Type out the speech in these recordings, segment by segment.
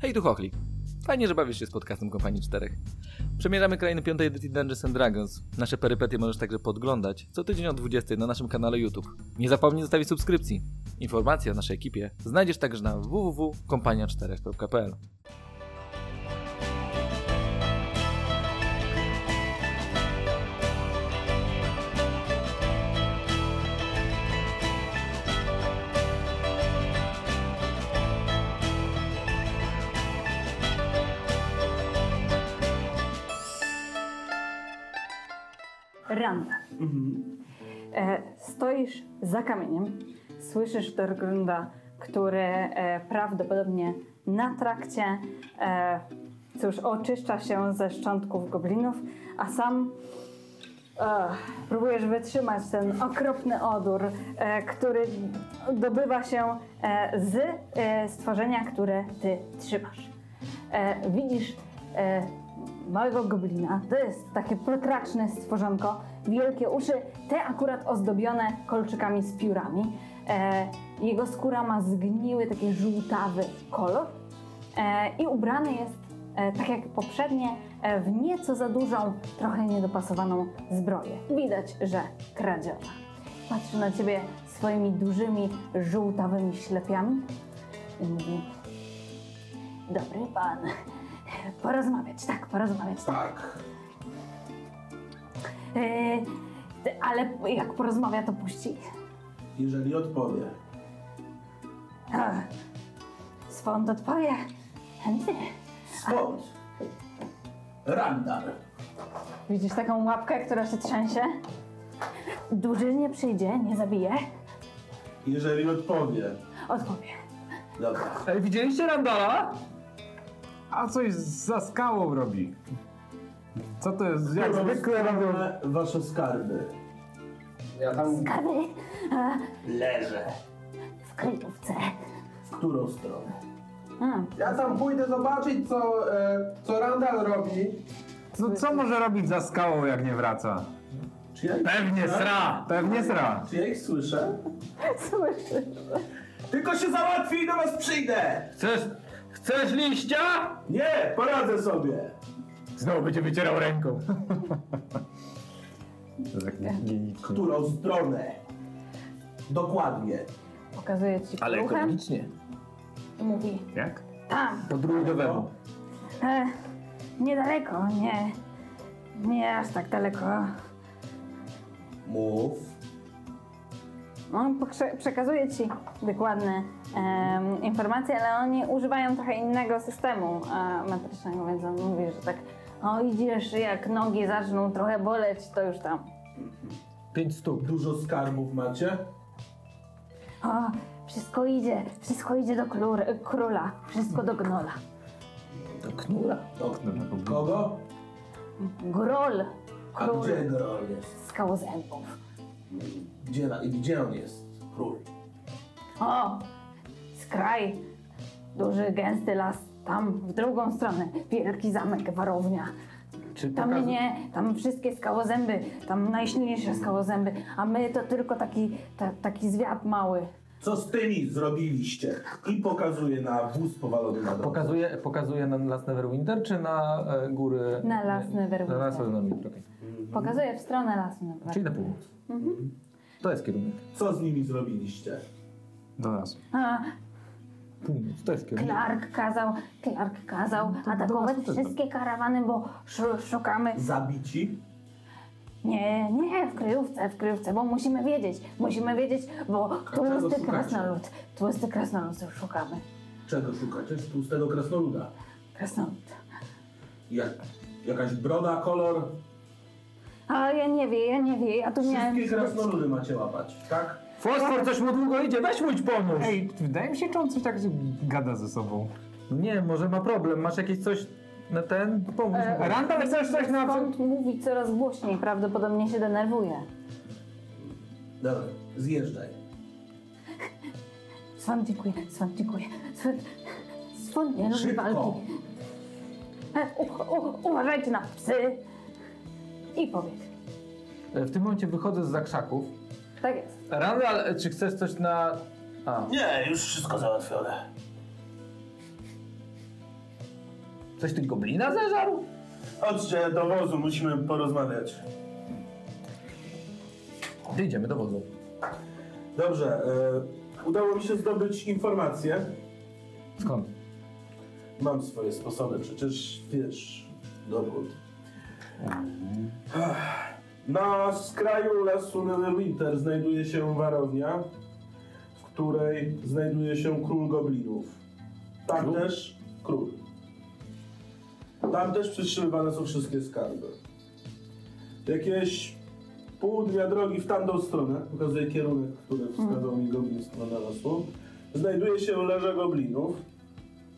Hej, tu Hochlik. Fajnie, że bawisz się z podcastem Kompanii Czterech. Przemierzamy krainy piątej edycji Dungeons and Dragons. Nasze perypetie możesz także podglądać co tydzień o 20 na naszym kanale YouTube. Nie zapomnij zostawić subskrypcji. Informacje o naszej ekipie znajdziesz także na www.kompania4.pl Randa. E, stoisz za kamieniem, słyszysz Dorgrunda, który e, prawdopodobnie na trakcie e, cóż, oczyszcza się ze szczątków goblinów, a sam e, próbujesz wytrzymać ten okropny odór, e, który dobywa się e, z e, stworzenia, które ty trzymasz. E, widzisz e, małego goblina. To jest takie protraczne stworzonko, wielkie uszy, te akurat ozdobione kolczykami z piórami. E, jego skóra ma zgniły, taki żółtawy kolor e, i ubrany jest, e, tak jak poprzednie, e, w nieco za dużą, trochę niedopasowaną zbroję. Widać, że kradziona. Patrzy na ciebie swoimi dużymi, żółtawymi ślepiami i mówi Dobry pan, porozmawiać, tak, porozmawiać, tak. Tak. E, te- ale jak porozmawia, to puści. Jeżeli odpowie. Ach, Swąd odpowie. Chętnie. Skąd? Randar. Widzisz taką łapkę, która się trzęsie? Duży nie przyjdzie, nie zabije. Jeżeli odpowie. Odpowie. Dobra. Ej, widzieliście Randala? A coś za skałą robi. Co to jest? Jak Chyba zwykle robią. wspomnę Wasze skarby. Ja tam Kawy e, Leżę. w kryjówce. W którą stronę? Mm, Ja tam pójdę zobaczyć, co, e, co Randall robi. No co może robić za skałą, jak nie wraca? Czy ja ich Pewnie słyszę? sra! Pewnie sra. Czy ja ich słyszę? Słyszysz? Tylko się załatwię i do was przyjdę! chcesz. Chcesz liścia? Nie, poradzę sobie! Znowu będzie wycierał ręką. To tak higienicznie. Którą stronę? Dokładnie. Pokazuje ci Ale kruchem ekonomicznie. i mówi Jak? tam, Po No, druidowemu. e, niedaleko, nie, nie aż tak daleko. Mów. On pokrze- przekazuje ci dokładne em, informacje, ale oni używają trochę innego systemu e, metrycznego, więc on mówi, że tak o idziesz, jak nogi zaczną trochę boleć, to już tam. Pięć stóp. Dużo skarbów macie? O, wszystko idzie, wszystko idzie do klur, króla, wszystko do gnola. To knura. Do Dobra, po- kogo? Grol, A król gdzie Grol jest? skałozębów. Gdzie, na- gdzie on jest? Król. O, skraj, duży, gęsty las, tam w drugą stronę, wielki zamek, warownia. Czy Tam pokaz- nie, tam wszystkie skałozęby, tam najsilniejsze skałozęby, a my to tylko taki, ta, taki zwiat mały. Co z tymi zrobiliście? I pokazuje na wóz powalony na dół. Pokazuje, pokazuje na Las Neverwinter czy na e, góry? Na Las Nie, Neverwinter. Na Las Neverwinter, okej. Pokazuję w stronę lasu. naprawdę. Czyli na północ. To jest kierunek. Co z nimi zrobiliście? Do nas. A, Północ, to jest kierunek. Clark kazał, Clark kazał atakować nas to też wszystkie karawany, bo sz, szukamy. Zabici? Nie, nie, w kryjówce, w kryjówce, bo musimy wiedzieć, musimy wiedzieć, bo tłusty szukacie? krasnolud, tłusty krasnolud szukamy. Czego szukacie? Z tłustego krasnoluda. Krasnolud. Jak, jakaś broda, kolor? A ja nie wiem, ja nie wiem, ja tu miałem... Wszystkie krasnoludy macie łapać, tak? Fosfor, coś mu długo idzie, weź mój pomóż! Ej, wydaje mi się, czy on coś tak gada ze sobą. Nie, może ma problem, masz jakieś coś na ten? Pomóż mu. E, Randall chcesz coś na... Skąd mówi coraz głośniej, prawdopodobnie się denerwuje. Dobra, zjeżdżaj. Swan dziękuję, Swan dziękuję. Swan, Swan nie lubi Szybko. walki. E, U, u, uważajcie na psy. I powiedz. E, W tym momencie wychodzę z zakrzaków. Tak jest. Randall, e, czy chcesz coś na... A, Nie, już wszystko załatwione. Coś ty goblina zeżarł? Chodźcie do wozu, musimy porozmawiać. Ty idziemy do wozu. Dobrze, e, udało mi się zdobyć informacje. Skąd? Mam swoje sposoby, przecież wiesz, dowód. Ach, Na skraju lasu Neverwinter znajduje się warownia, w której znajduje się król goblinów. Tam Tak też król. Tam też przytrzymywane są wszystkie skarby. Jakieś pół dnia drogi w tamtą stronę, pokazuję kierunek, który wskazał mi goblin w stronę lasu, znajduje się leże goblinów.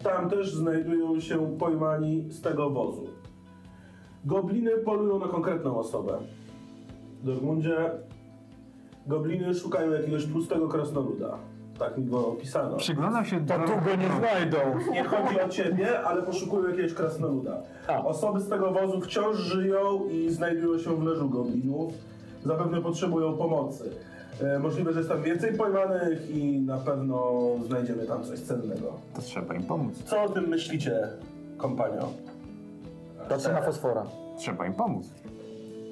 Tam też znajdują się pojmani z tego wozu. Gobliny polują na konkretną osobę. W Dortmundzie gobliny szukają jakiegoś pustego krasnoluda. Tak mi go opisano. Przyglądam się do... nie znajdą. Nie chodzi o ciebie, ale poszukują jakiegoś krasnoluda. A. Osoby z tego wozu wciąż żyją i znajdują się w leżu goblinów. Zapewne potrzebują pomocy. E, możliwe, że jest tam więcej pojmanych i na pewno znajdziemy tam coś cennego. To trzeba im pomóc. Co o tym myślicie, kompanio? Patrzę E, na fosfora. Trzeba im pomóc.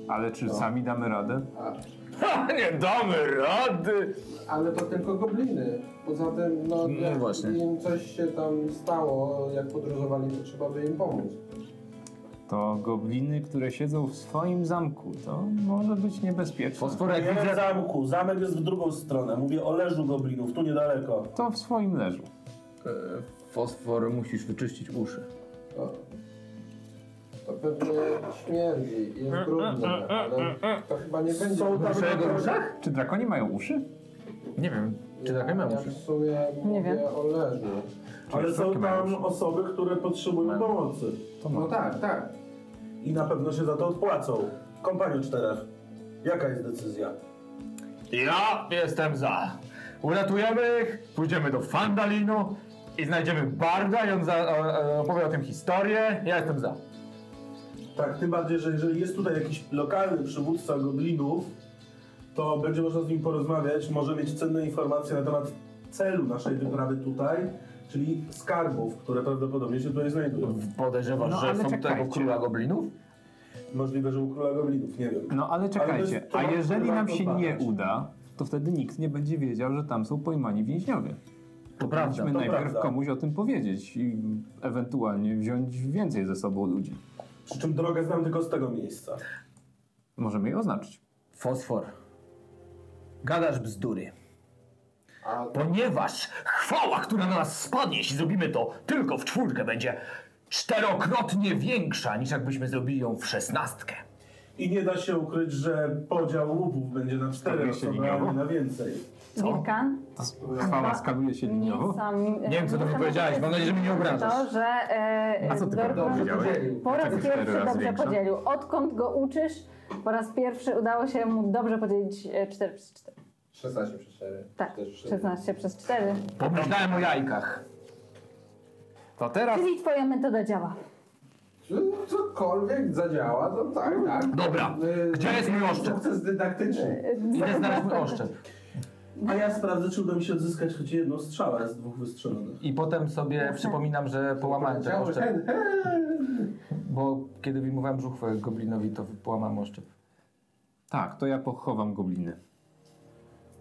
Ale czy sami damy radę? nie damy rady! Ale to tylko gobliny. Poza tym, no, No jak właśnie. im coś się tam stało, jak podróżowali, to trzeba by im pomóc. To gobliny, które siedzą w swoim zamku. To może być niebezpieczne. Fosforek Nie w widzę... zamku, zamek jest w drugą stronę. Mówię o leżu goblinów, tu niedaleko. To w swoim leżu. Fosfor musisz wyczyścić uszy. To, to pewnie śmierdzi i jest brudne, ale to chyba nie będzie. Są tam- Uszy jego uszach? Czy drakoni mają uszy? Nie wiem. Czy tak nie mam ja uszy? w sumie Nie mówię wiem. o leżu. Ale są wysokie mają tam już. osoby, które potrzebują pomocy. To No ma. tak, tak. I na pewno się za to odpłacą. Kompaniu czterech, jaka jest decyzja? Ja jestem za. Uratujemy ich, pójdziemy do Fandalinu i znajdziemy Barda i on za, o- o- opowie o tym historię. Ja jestem za. Tak, tym bardziej, że jeżeli jest tutaj jakiś lokalny przywódca goblinów, to będzie można z nim porozmawiać, może mieć cenne informacje na temat celu naszej wyprawy tutaj, czyli skarbów, które prawdopodobnie się tutaj znajdują. Podejrzewam, No, że ale są tego czekajcie. króla goblinów? Możliwe, że u króla goblinów, nie wiem. No ale to czekajcie, jest a temat, jeżeli który nam warto się nie badać. uda, to wtedy nikt nie będzie wiedział, że tam są pojmani więźniowie. To prawda. Musimy to najpierw prawda. komuś o tym powiedzieć i ewentualnie wziąć więcej ze sobą ludzi. Przy czym drogę znam tylko z tego miejsca. Możemy je oznaczyć. Fosfor. Gadasz bzdury. A Ponieważ chwała, która na nas spadnie, jeśli zrobimy to tylko w czwórkę, będzie czterokrotnie większa niż jakbyśmy zrobili ją w szesnastkę. I nie da się ukryć, że podział łupów będzie na cztery Robi się osoby, a liniowo? nie na więcej. Co? Wilkan, Chwała skaluje się liniowo. Nie wiem, co do mnie powiedziałeś, mam nadzieję, że mnie nie obrażasz. To, że e, A co ty Dorfman Bardo powiedziałeś? po raz Dlaczego cztery pierwszy razy dobrze większa? podzielił. Odkąd go uczysz, po raz pierwszy udało się mu dobrze podzielić 4 przez 4. 16 przez 4. Tak, 16 przez 4. Pomyślałem o jajkach. To teraz Czyli twoja metoda działa. Czy cokolwiek zadziała, to tak, tak. Dobra, Y, gdzie jest mój oszczep? Sukces dydaktyczny. Idę znaleźć mój oszczep. A ja sprawdzę, czy uda mi się odzyskać choć jedną strzałę z dwóch wystrzelonych. I potem sobie przypominam, że połamałem ten Powiedziałeś, oszczep. hen, hen. Bo kiedy wyjmowałem żuchwę goblinowi, to połamałem oszczep. tak, to ja pochowam gobliny.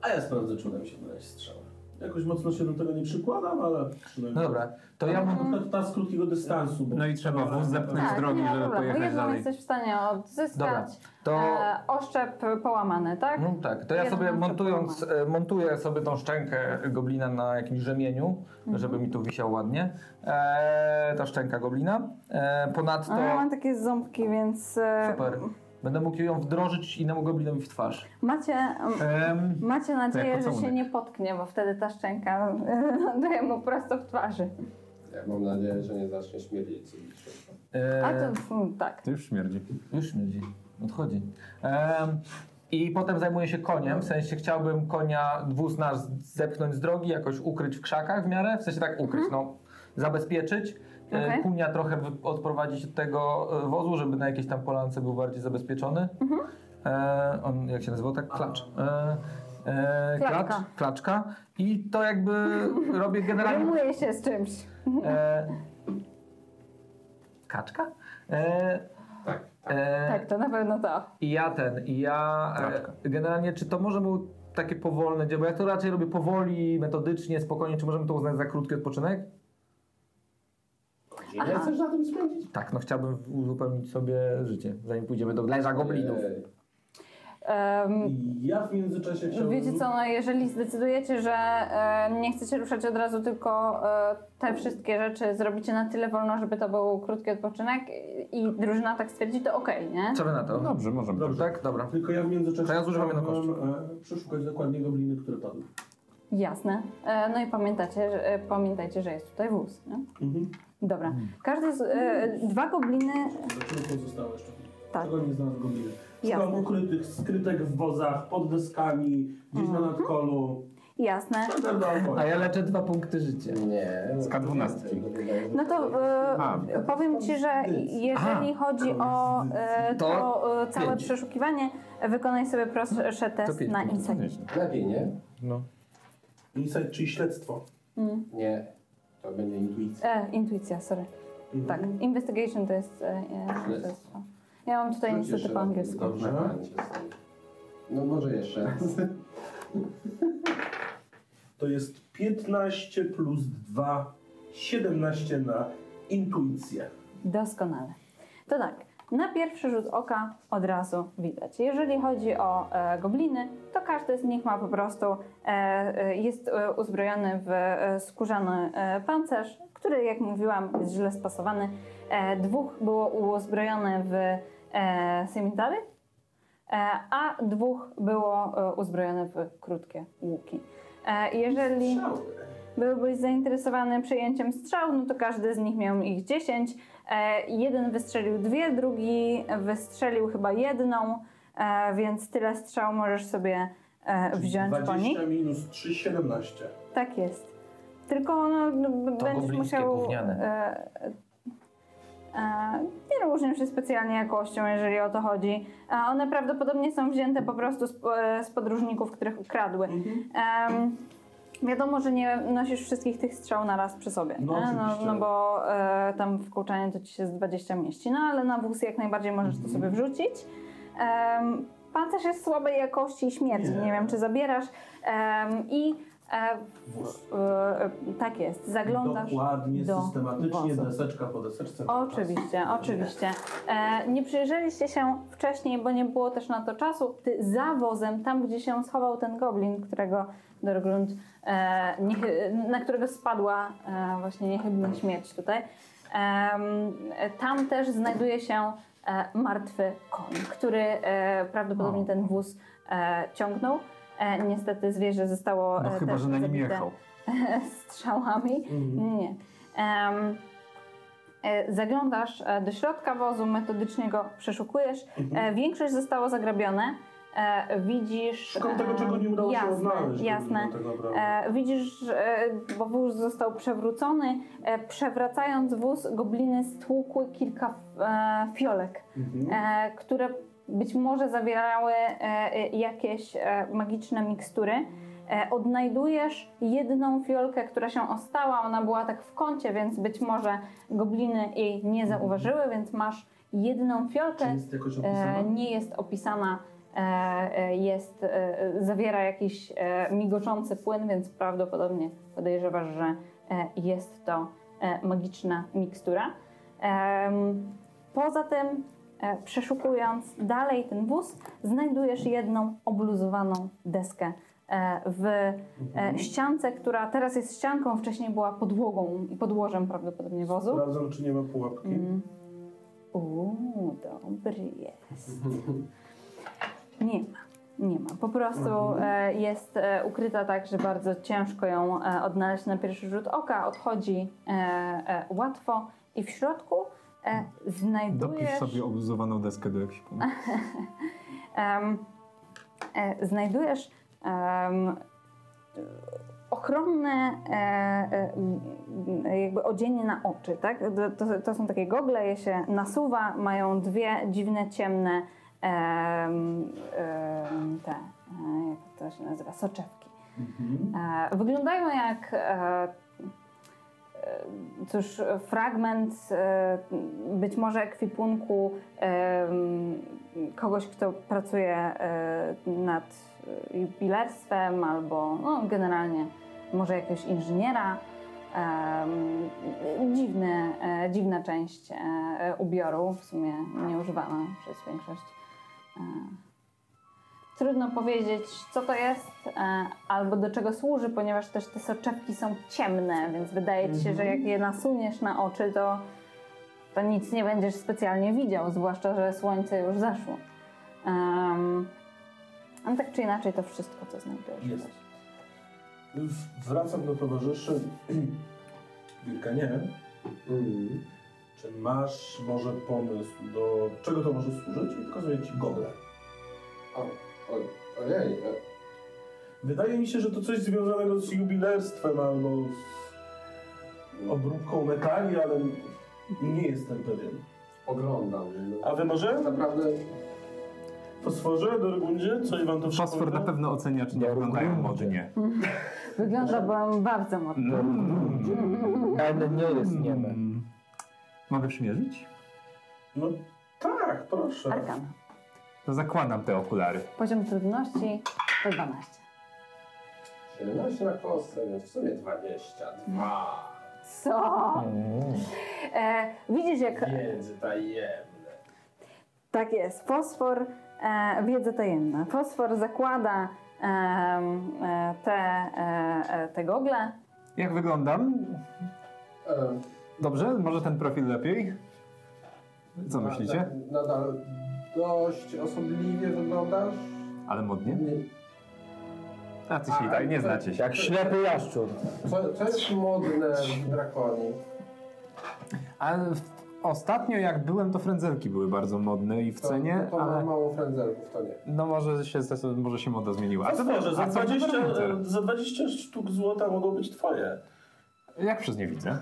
A ja sprawdzę, czy uda mi się znaleźć strzałę. Jakoś mocno się do tego nie przykładam, ale No przynajmniej... dobra, to ja mu... No. Ta z krótkiego dystansu. Bo No i trzeba wóz zepchnąć z drogi, Tak, ma żeby problemu. pojechać Jedną dalej. jesteś w stanie odzyskać. Dobra, to... E, oszczep połamany, tak? No tak, to ja Jedną sobie oszczep montując, połamany. e, montuję sobie tą szczękę goblina na jakimś rzemieniu, żeby mi tu wisiał ładnie. E, ta szczęka goblina. E, ponadto... Ale mam takie ząbki, więc e, Super. Będę mógł ją wdrożyć innemu goblinowi w twarz. macie, m, Em, macie nadzieję, że się pocałunek. nie potknie, bo wtedy ta szczęka daje mu prosto w twarzy. Ja mam nadzieję, że nie zacznie śmierdzić. E, A to mm, tak. to już śmierdzi. Już śmierdzi, odchodzi. Em, I potem zajmuję się koniem, w sensie chciałbym konia dwuznasz zepchnąć z drogi, jakoś ukryć w krzakach w miarę, w sensie tak ukryć, no, zabezpieczyć. E, Mhm. Okej. Kunia trochę wy- odprowadzić od tego e, wozu, żeby na jakiejś tam polance był bardziej zabezpieczony. Mhm. E, on, jak się nazywał, tak? Klacz. E, e, Klaczka. klacz, klaczka. I to jakby robię generalnie Rymuje się z czymś. E, Kaczka? E, Tak, tak. e, Tak, to na pewno to. I ja ten, i ja Kropka. e, generalnie, czy to może był takie powolne dzieło? Bo Ja to raczej robię powoli, metodycznie, spokojnie. Czy możemy to uznać za krótki odpoczynek? Nie chcesz na tym spędzić? Tak, no chciałbym uzupełnić sobie życie, zanim pójdziemy do leża goblinów. Ej, Em, Ja w międzyczasie chciałbym... Wiecie co, no jeżeli zdecydujecie, że e, nie chcecie ruszać od razu, tylko e, te wszystkie rzeczy zrobicie na tyle wolno, żeby to był krótki odpoczynek i- i drużyna tak stwierdzi, to okej, nie? Co wy na to? Dobrze, możemy. Dobrze. Tak, dobra. Tylko ja w międzyczasie To ja zużywam jedną kość. chciałbym, e, przeszukać dokładnie gobliny, które padły. Jasne. E, No i pamiętacie, że- e, pamiętajcie, że jest tutaj wóz. Nie? Mhm. Dobra. Hmm. Każdy z, e, dwa gobliny Zobaczymy, co zostało jeszcze. Tak. Czego nie znalazł gobliny. Jasne. Szukam ukrytych skrytek w wozach, pod deskami, gdzieś Mhm. na nadkolu. Jasne. A ja leczę dwa punkty życia. E, Nie. Z K12. No to A. e, powiem Ci, że jeżeli chodzi o e, to, To e, całe pięć. przeszukiwanie, wykonaj sobie proszę test pięć. na insight. Lepiej, nie? No. Insight, czyli śledztwo. Nie. To będzie intuicja. E, intuicja, sorry. Mhm. Tak, investigation to jest... E, e, to jest to. ja mam tutaj Wróć niestety jeszcze po raz. angielsku. Dobrze. No może jeszcze raz. Mhm. To jest 15 plus 2, 17 na intuicję. Doskonale. To tak, na pierwszy rzut oka od razu widać. Jeżeli chodzi o e, gobliny, to każdy z nich ma po prostu, e, e, jest e, uzbrojony w e, skórzany e, pancerz, który jak mówiłam jest źle spasowany. E, dwóch było uzbrojone w e, cemitary, e, a dwóch było e, uzbrojone w krótkie łuki. E, jeżeli... Strzały. Byłbyś zainteresowany przyjęciem strzał, no to każdy z nich miał ich 10. E, jeden wystrzelił dwie, drugi wystrzelił chyba jedną, e, więc tyle strzał możesz sobie e, wziąć po nich. 20 minus 3, 17. Tak jest. Tylko no, no, b- będziesz To goblińskie, musiał. gówniane. e, e, nie różnią się specjalnie jakością, jeżeli o to chodzi. E, one prawdopodobnie są wzięte po prostu z, e, z podróżników, których ukradły. Mhm. Em, wiadomo, że nie nosisz wszystkich tych strzał na raz przy sobie. No, nie? oczywiście. no, no bo e, tam w kołczanie to ci się z 20 mieści, no ale na wóz jak najbardziej możesz Mhm. to sobie wrzucić. Um, pancerz jest słabej jakości i śmierci, nie, Nie. wiem czy zabierasz. Em, I e, Wóz. e, tak jest, zaglądasz. Dokładnie, do systematycznie, wozu. deseczka po deseczce. Oczywiście, oczywiście. E, nie przyjrzeliście się wcześniej, bo nie było też na to czasu. Ty za wozem, tam gdzie się schował ten goblin, którego Dorgrund, e, niechy- na którego spadła e, właśnie niechybna śmierć tutaj, em, tam też znajduje się e, martwy koń, który e, prawdopodobnie ten wóz e, ciągnął. E, niestety zwierzę zostało No e, chyba, też że na nim zabite jechał. Mhm. strzałami. Nie. Em, e, zaglądasz e, do środka wozu, metodycznie go przeszukujesz. Mhm. E, większość zostało zagrabione. E, widzisz. Szukam tego, em, czego nie udało jasne, się odnaleźć. Jasne. żeby było Tego e... E, widzisz, e, bo wóz został przewrócony. E, przewracając wóz, gobliny stłukły kilka e, fiolek, e, które być może zawierały e, jakieś e, magiczne mikstury. E, odnajdujesz jedną fiolkę, która się ostała. Ona była tak w kącie, więc być może gobliny jej nie zauważyły, więc masz jedną Czy fiolkę. jest jakoś E, opisana? nie jest opisana, e, e, jest, e, e, zawiera jakiś e, migoczący płyn, więc prawdopodobnie podejrzewasz, że e, jest to e, magiczna mikstura. Em, Poza tym, e, przeszukując dalej ten wóz, znajdujesz jedną obluzowaną deskę e, w e, ściance, która teraz jest ścianką, wcześniej była podłogą, podłożem prawdopodobnie wozu. Sprawdzam, czy nie ma pułapki. Mm. Uuu, dobry jest. Nie ma, nie ma. Po prostu Mhm. e, jest e, ukryta tak, że bardzo ciężko ją e, odnaleźć na pierwszy rzut oka. Odchodzi e, e, łatwo i w środku e, znajdujesz... Dopisz sobie obluzowaną deskę do eksiku. em, e, znajdujesz em, ochronne e, e, m, jakby odzienie na oczy, tak? To- To, to są takie gogle, je się nasuwa, mają dwie dziwne, ciemne em, em, te, e, jak to się nazywa, soczewki. E, wyglądają jak e, cóż, fragment e, być może ekwipunku em, kogoś, kto pracuje e, nad e, jubilerstwem albo no, generalnie może jakiegoś inżyniera. Em, dziwne, e, dziwna część e, e, ubioru, w sumie nieużywana przez większość. E, Trudno powiedzieć, co to jest e, albo do czego służy, ponieważ też te soczewki są ciemne, więc wydaje ci się, że jak je nasuniesz na oczy, to, to nic nie będziesz specjalnie widział, zwłaszcza, że słońce już zaszło. Um, ale tak czy inaczej, to wszystko, co znajdujesz. Jest. W- Wracam do towarzyszy. Wilka, nie. Mhm. Czy masz może pomysł, do czego to może służyć? I pokazuję ci gogle. O, o, ojej, e, Wydaje mi się, że to coś związanego z jubilerstwem albo z obróbką metali, ale nie jestem pewien. oglądam. no. A wy może? Naprawdę Fosforze, Dorgundzie? Coś wam to Fosfor na przypomina? pewno ocenia, czy nie wyglądają modnie. Wygląda byłam bardzo mocno. Ale nie jest niemy. Mm. Mogę przymierzyć? No tak, proszę. Arkana. To zakładam te okulary. Poziom trudności to 12. 17 na kostce, więc w sumie 22. Co? Mm. E, widzisz, jak Wiedzy tajemne. Tak jest. Fosfor, e, wiedza tajemna. Fosfor zakłada em, e, te, e, e, te gogle. Jak wyglądam? E, Dobrze? Może ten profil lepiej? Co Tak, myślicie? Nadal, nadal dość osobliwie wyglądasz. Ale modnie? Nie, A ty się i tak nie znacie się. Jak ślepy jaszczur. Co, co jest modne w drakonii? Ale w- ostatnio jak byłem, to frędzelki były bardzo modne i w To, cenie, to ma ale mało frędzelków, to nie. no może się, zdes- może się moda zmieniła. A co może, za a co 20, Neverwinter? za 20 sztuk złota mogą być twoje. Jak przez nie widzę?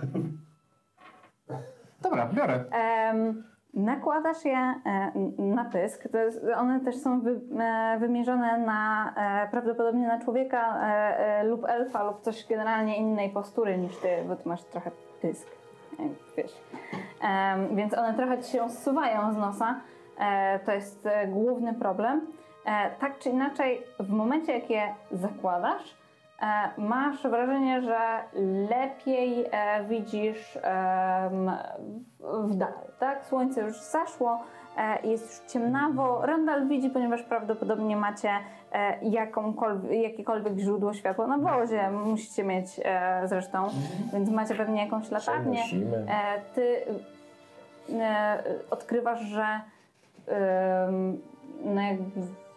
Dobra, biorę. Em, nakładasz je e, n- na pysk. To jest, one też są wy, e, wymierzone na, e, prawdopodobnie na człowieka e, e, lub elfa, lub coś generalnie innej postury niż ty, bo ty masz trochę pysk. E, Wiesz. Em, więc one trochę ci się zsuwają z nosa. E, to jest e, główny problem. E, tak czy inaczej, w momencie jak je zakładasz, E, Masz wrażenie, że lepiej e, widzisz em, w- w dal, tak? Słońce już zaszło, e, jest już ciemnawo. Randall widzi, ponieważ prawdopodobnie macie e, jakąkolwiek, jakiekolwiek źródło światła na wozie. Musicie mieć e, zresztą, więc macie pewnie jakąś latarnię. Przenosimy. E, ty e, odkrywasz, że em, no jakby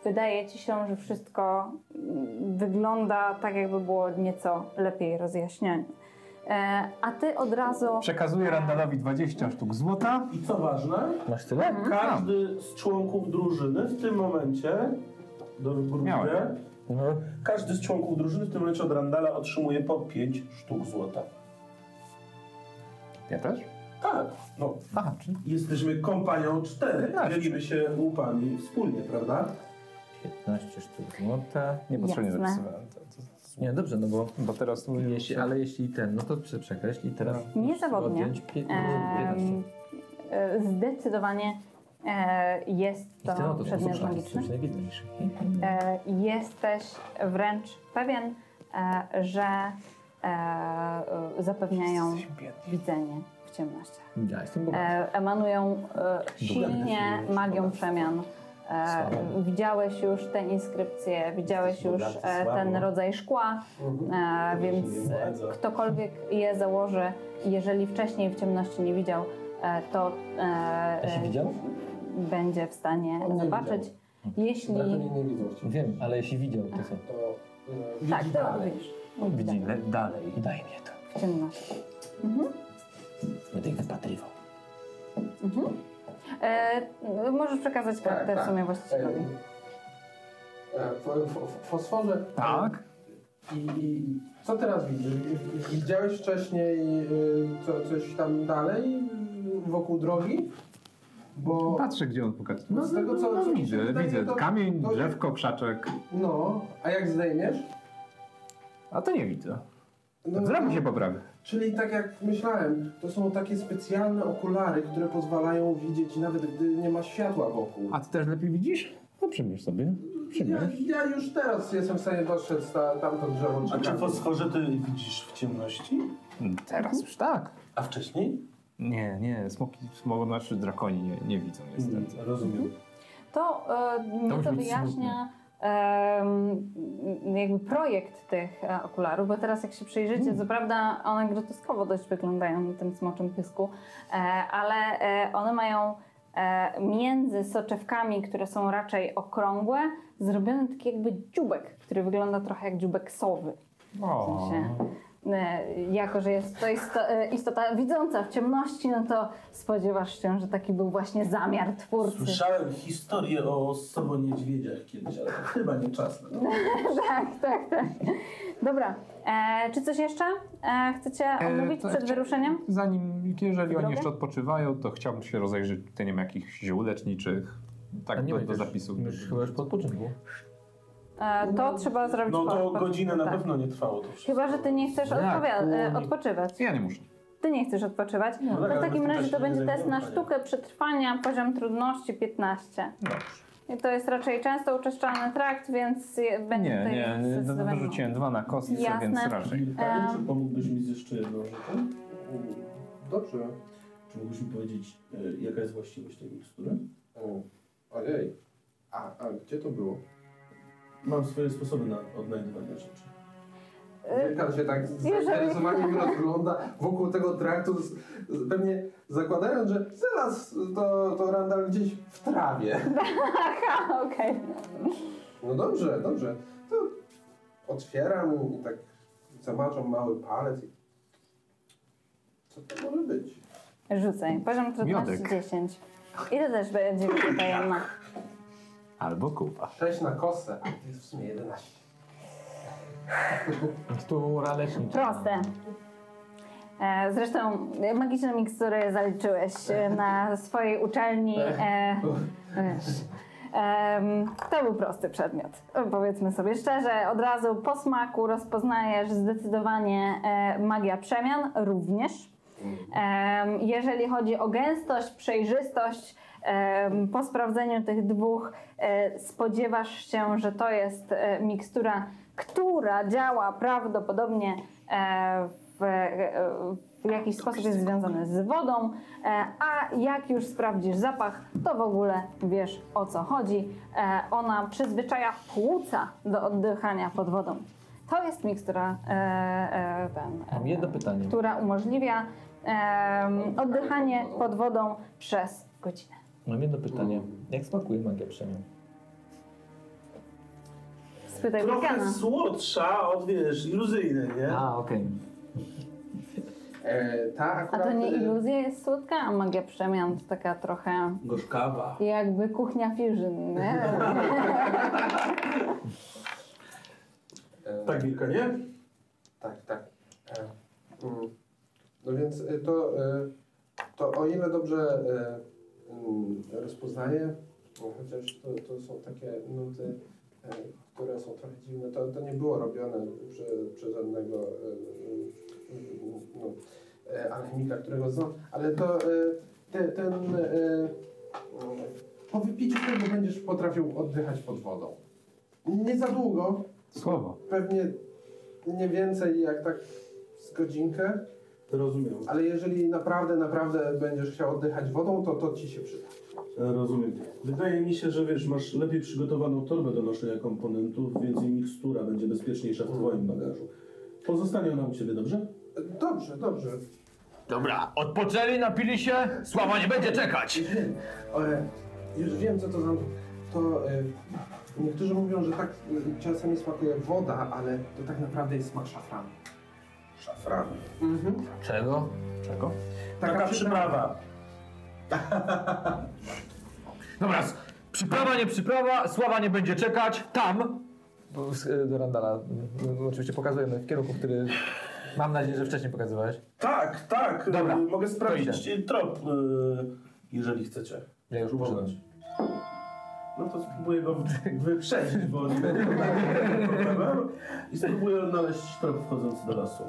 wydaje ci się, że wszystko mm, wygląda tak, jakby było nieco lepiej rozjaśnione. E, a ty od razu. Przekazuję Randalowi 20 sztuk złota. Tak. I co ważne, Masz tyle? każdy z członków drużyny w tym momencie, Dorgundzie, Miałem. No. każdy z członków drużyny w tym momencie od Randala otrzymuje po 5 sztuk złota. Ja też? Tak, no Aha, czyli jesteśmy kompanią 4, Tak. dzielimy się łupami wspólnie, prawda? 15 sztuk złota. niepotrzebnie Jasne. zapisywałem. To, to, Nie, dobrze, no bo... bo teraz tu Jeśli, ale jeśli ten, no to prze- przekreśl i teraz... No. Niezawodnie. Odjąć pię- em, 15. e, zdecydowanie e, jest I ten to oto przedmiot sposób magiczny. jest najbiedniejszy. E, jesteś wręcz pewien, e, że e, zapewniają widzenie w ciemnościach. Ja jestem bogaty. e, emanują e, silnie magią przemian. E, widziałeś już te inskrypcje, widziałeś już e, ten rodzaj szkła, Mhm. e, więc e, ktokolwiek je założy, jeżeli wcześniej w ciemności nie widział, e, to e, Ja się e, widział? będzie w stanie On nie zobaczyć. Jeśli. Drakonie nie widzą cię. Wiem, ale jeśli widział, to co? To e, Tak, widzi to dalej. widzisz. Widzi le- dalej i daj mnie to. W ciemności. Będę ich wypatrywał. E, m, możesz przekazać Tak, kartę w tak. sumie E, właścicielowi. e, fo- fo- Fosforze. Tak? I, i co teraz widzisz? Widziałeś wcześniej y, co, coś tam dalej y, wokół drogi? Bo Patrzę, gdzie on pokazuje. No, z tego co no, no, tak, widzę, wydaje widzę to- kamień, to- drzewko, krzaczek. no, a jak zdejmiesz? A to nie widzę. No, Zramu się poprawi. Czyli tak jak myślałem, to są takie specjalne okulary, które pozwalają widzieć nawet gdy nie ma światła wokół. A ty też lepiej widzisz? No przymierz sobie. ja, Przymierz. ja już teraz jestem w stanie dostrzec ta, tamto drzewo. A czy drzewami. fosforyty widzisz w ciemności? Mm, Teraz już tak. A wcześniej? Nie, nie, smoki, smogo, znaczy drakoni nie, nie widzą niestety. Mm, Rozumiem. To e, To mi musi to być wyjaśnia em, jakby projekt tych e, okularów, bo teraz jak się przyjrzycie, co prawda one groteskowo dość wyglądają na tym smoczym pysku, e, ale e, one mają e, między soczewkami, które są raczej okrągłe, zrobiony taki jakby dziubek, który wygląda trochę jak dziubek sowy. W sensie, e, jako że jest to isto- e, istota widząca w ciemności, no to spodziewasz się, że taki był właśnie zamiar twórcy. Słyszałem historię o soboniedźwiedziach kiedyś, ale to chyba nie czas na to. Tak, tak, tak. Dobra. E, czy coś jeszcze e, chcecie E, omówić to przed jeszcze- wyruszeniem? Zanim, jeżeli Drogę? oni jeszcze odpoczywają, to chciałbym się rozejrzeć tyniem jakichś ziół leczniczych. A Tak, do, do No będziesz- zapisów. Już, chyba już po odpoczynku. E, to trzeba zrobić. No po- to po- godzinę na tak. pewno nie trwało to wszystko. Chyba, że ty nie chcesz Tak, odpowia- e, kurwa. odpoczywać. Ja nie muszę. Ty nie chcesz odpoczywać. tak, to ale w takim my razie też to nie będzie test na zajmujemy. sztukę przetrwania, poziom trudności 15. I to jest raczej często uczęszczany trakt, więc je- będzie Nie, tutaj nie, Tak, no, zdecydowanie- wyrzuciłem dwa na kostce, Jasne. więc raczej. Wilka, Em. Czy pomógłbyś mi z jeszcze jedną rzeczą? Dobrze. Czy mógłbyś mi powiedzieć, y, jaka jest właściwość tej mikstury? O, ojej. A, a gdzie to było? Mam swoje sposoby na odnajdywanie rzeczy. E, Wilkan się tak z Jeżeli- zainteresowaniem rozgląda wokół tego traktu, z, z, pewnie zakładając, że zaraz to, to Randall gdzieś w trawie. Aha, Tak, okej. No dobrze, dobrze. To otwieram i tak zamaczam mały palec i... Co to może być? Rzucaj. Poziom trudności Miodek. 10. Ile też będzie tajemna? Albo kupa. 6 na kosę, a to jest w sumie 11. Tu ralecznik. Proste. E, Zresztą e, magiczne mikstury zaliczyłeś e, na swojej uczelni. E, wiesz. Em, to był prosty przedmiot. E, Powiedzmy sobie szczerze, od razu po smaku rozpoznajesz zdecydowanie e, magia przemian również. Em, jeżeli chodzi o gęstość, przejrzystość, em, po sprawdzeniu tych dwóch e, spodziewasz się, że to jest e, mikstura, która działa prawdopodobnie e, w, e, w jakiś sposób jest związany z wodą, e, a jak już sprawdzisz zapach, to w ogóle wiesz o co chodzi. E, Ona przyzwyczaja płuca do oddychania pod wodą. To jest mikstura e, e, ten, Mam jedno pytanie. która umożliwia em, oddychanie pod wodą przez godzinę. Mam jedno pytanie. Jak smakuje magia przemian? Spytaj Trochę Morgana. słodsza od, wiesz, iluzyjnej, nie? A, okej. E, ta A akurat... to nie e, iluzja jest słodka, a magia przemian to taka trochę Gorzkawa. jakby kuchnia fusion, nie? e, Tak, Wilka, nie? Tak, tak. E, mm. No więc e, to, e, to o ile dobrze e, mm, rozpoznaję, no chociaż to, to są takie nuty, e, które są trochę dziwne, to, to nie było robione prze, przez żadnego e, mm, no, e, alchemika, którego znam, ale to e, te, ten... E, mm, po wypiciu tego będziesz potrafił oddychać pod wodą. Nie za długo, Słowo. pewnie nie więcej jak tak z godzinkę, Rozumiem. ale jeżeli naprawdę, naprawdę będziesz chciał oddychać wodą, to to ci się przyda. E, Rozumiem. Wydaje mi się, że wiesz, masz lepiej przygotowaną torbę do noszenia komponentów, więc i mikstura będzie bezpieczniejsza w twoim bagażu. Pozostanie ona u ciebie, dobrze? Dobrze, dobrze. Dobra, odpoczęli, napili się, sława nie będzie czekać. Ale e, już wiem, co to za... To e, niektórzy mówią, że tak e, czasami smakuje woda, ale to tak naprawdę jest smak szafranu. Szafrany. Mhm. Czego? Czego? Taka, przyprawa. Dobra, s- przyprawa, nie przyprawa, sława nie będzie czekać, tam. Bo z- y, Do Randala. y, y, Oczywiście pokazujemy w kierunku, który mam nadzieję, że wcześniej pokazywałeś. Tak, tak. Dobra, e, Mogę to sprawdzić e, trop, e, jeżeli chcecie. Ja już Próbować. poszedłem. No to spróbuję go wy- wyprzedzić, tak bo nie będzie problemem. I spróbuję odnaleźć trop wchodzący do lasu.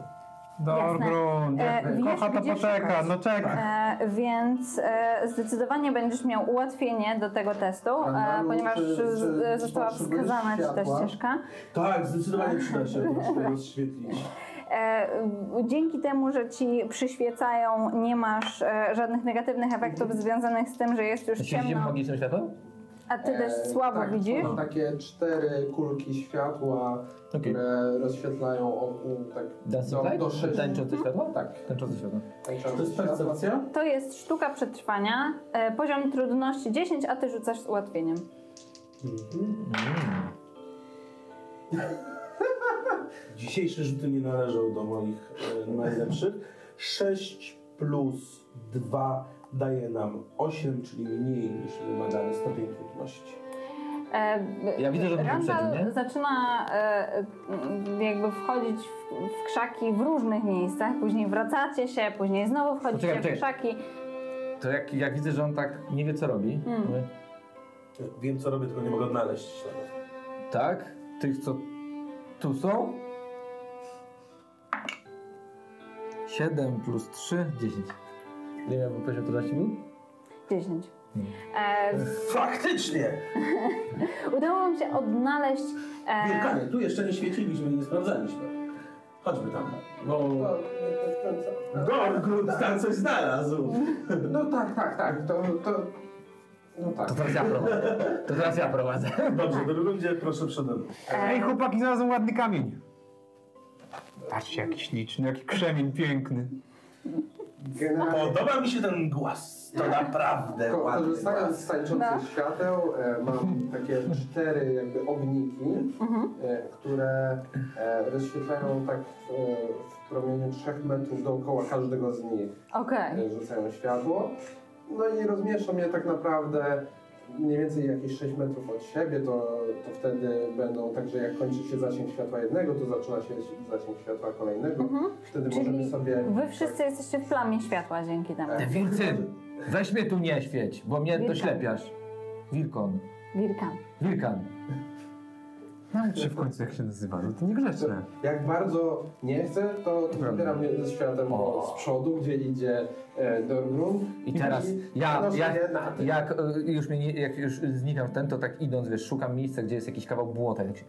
Dorgrun, E, jak- wiesz, kocha ta gdzie poteka, szukać. no czekaj. E, więc e, zdecydowanie będziesz miał ułatwienie do tego testu, e, Randalą, ponieważ no, czy- czy e, została potrzebujesz wskazana ci ta światła? ścieżka. Tak, zdecydowanie przyda się troszkę rozświetlić. E, dzięki temu, że ci przyświecają, nie masz e, żadnych negatywnych efektów związanych z tym, że jest już Siedzimy ciemno, magicznym światłem? a ty E, dość słabo tak, widzisz. Są takie cztery kulki światła, które rozświetlają o, u- tak Dancing do, light? do sześciu. Tańczące światło? Tak, Tańczące światło. tańczące To jest światła. percepcja? To jest sztuka przetrwania, e, poziom trudności 10, a ty rzucasz z ułatwieniem. Mhm. Dzisiejsze rzuty nie należą do moich e, najlepszych. 6 plus 2 daje nam 8, czyli mniej niż wymagany stopień trudności. E, Ja widzę, że on Randall wyprzedził, nie? zaczyna e, m, jakby wchodzić w, w krzaki w różnych miejscach, później wracacie się, później znowu wchodzicie Poczekaj, w poczekaj. krzaki. To jak, jak widzę, że on tak nie wie co robi, Mm. mówię, Wiem co robię, tylko nie mogę odnaleźć śladów. tak, tych co tu są, 7 plus 3, 10. Nie wiem, poziom trudności był? 10. Hmm. E, Faktycznie! udało wam się odnaleźć e, Wielkanie, tu jeszcze nie świeciliśmy i nie sprawdzaliśmy. Chodźmy tam. Bo... No, nie- nie w końcu. Dorgrud tam coś znalazł. No tak, tak, tak, to, to no tak. To teraz ja prowadzę. To teraz ja prowadzę. Dobrze, Dorgrundzie, proszę przede mną. Ej, chłopaki, znalazłem ładny kamień. Patrzcie, jaki śliczny, jaki krzemień piękny. Generalnie Podoba mi się ten głaz. To naprawdę Tak. ko- ładny korzystając głaz. z tańczących świateł e, mam takie cztery jakby ogniki, e, które e, rozświetlają tak w, e, w promieniu 3 metrów dookoła każdego z nich. Okej. e, rzucają światło. No i rozmieszczą je tak naprawdę mniej więcej jakieś 6 metrów od siebie, to, to wtedy będą, także jak kończy się zasięg światła jednego, to zaczyna się zasięg światła kolejnego. Wtedy Mhm. Czyli możemy sobie... Wy wszyscy jesteście w plamie światła dzięki temu. Tak. Wilcyn, weź mnie tu nie świeć, bo mnie Wilkan. doślepiasz. Wilkon. Wilkan. Wilkan. Nawet się No, w końcu jak się nazywa, no to niegrzeczne. Jak bardzo nie chcę, to wybieram je ze światem O. z przodu, gdzie idzie e, Dorgrun. I teraz ja, noszę ja, je na tym. jak, y, już mnie, nie- jak już znikam w ten, to tak idąc, wiesz, szukam miejsca, gdzie jest jakiś kawał błota. i Tak, się,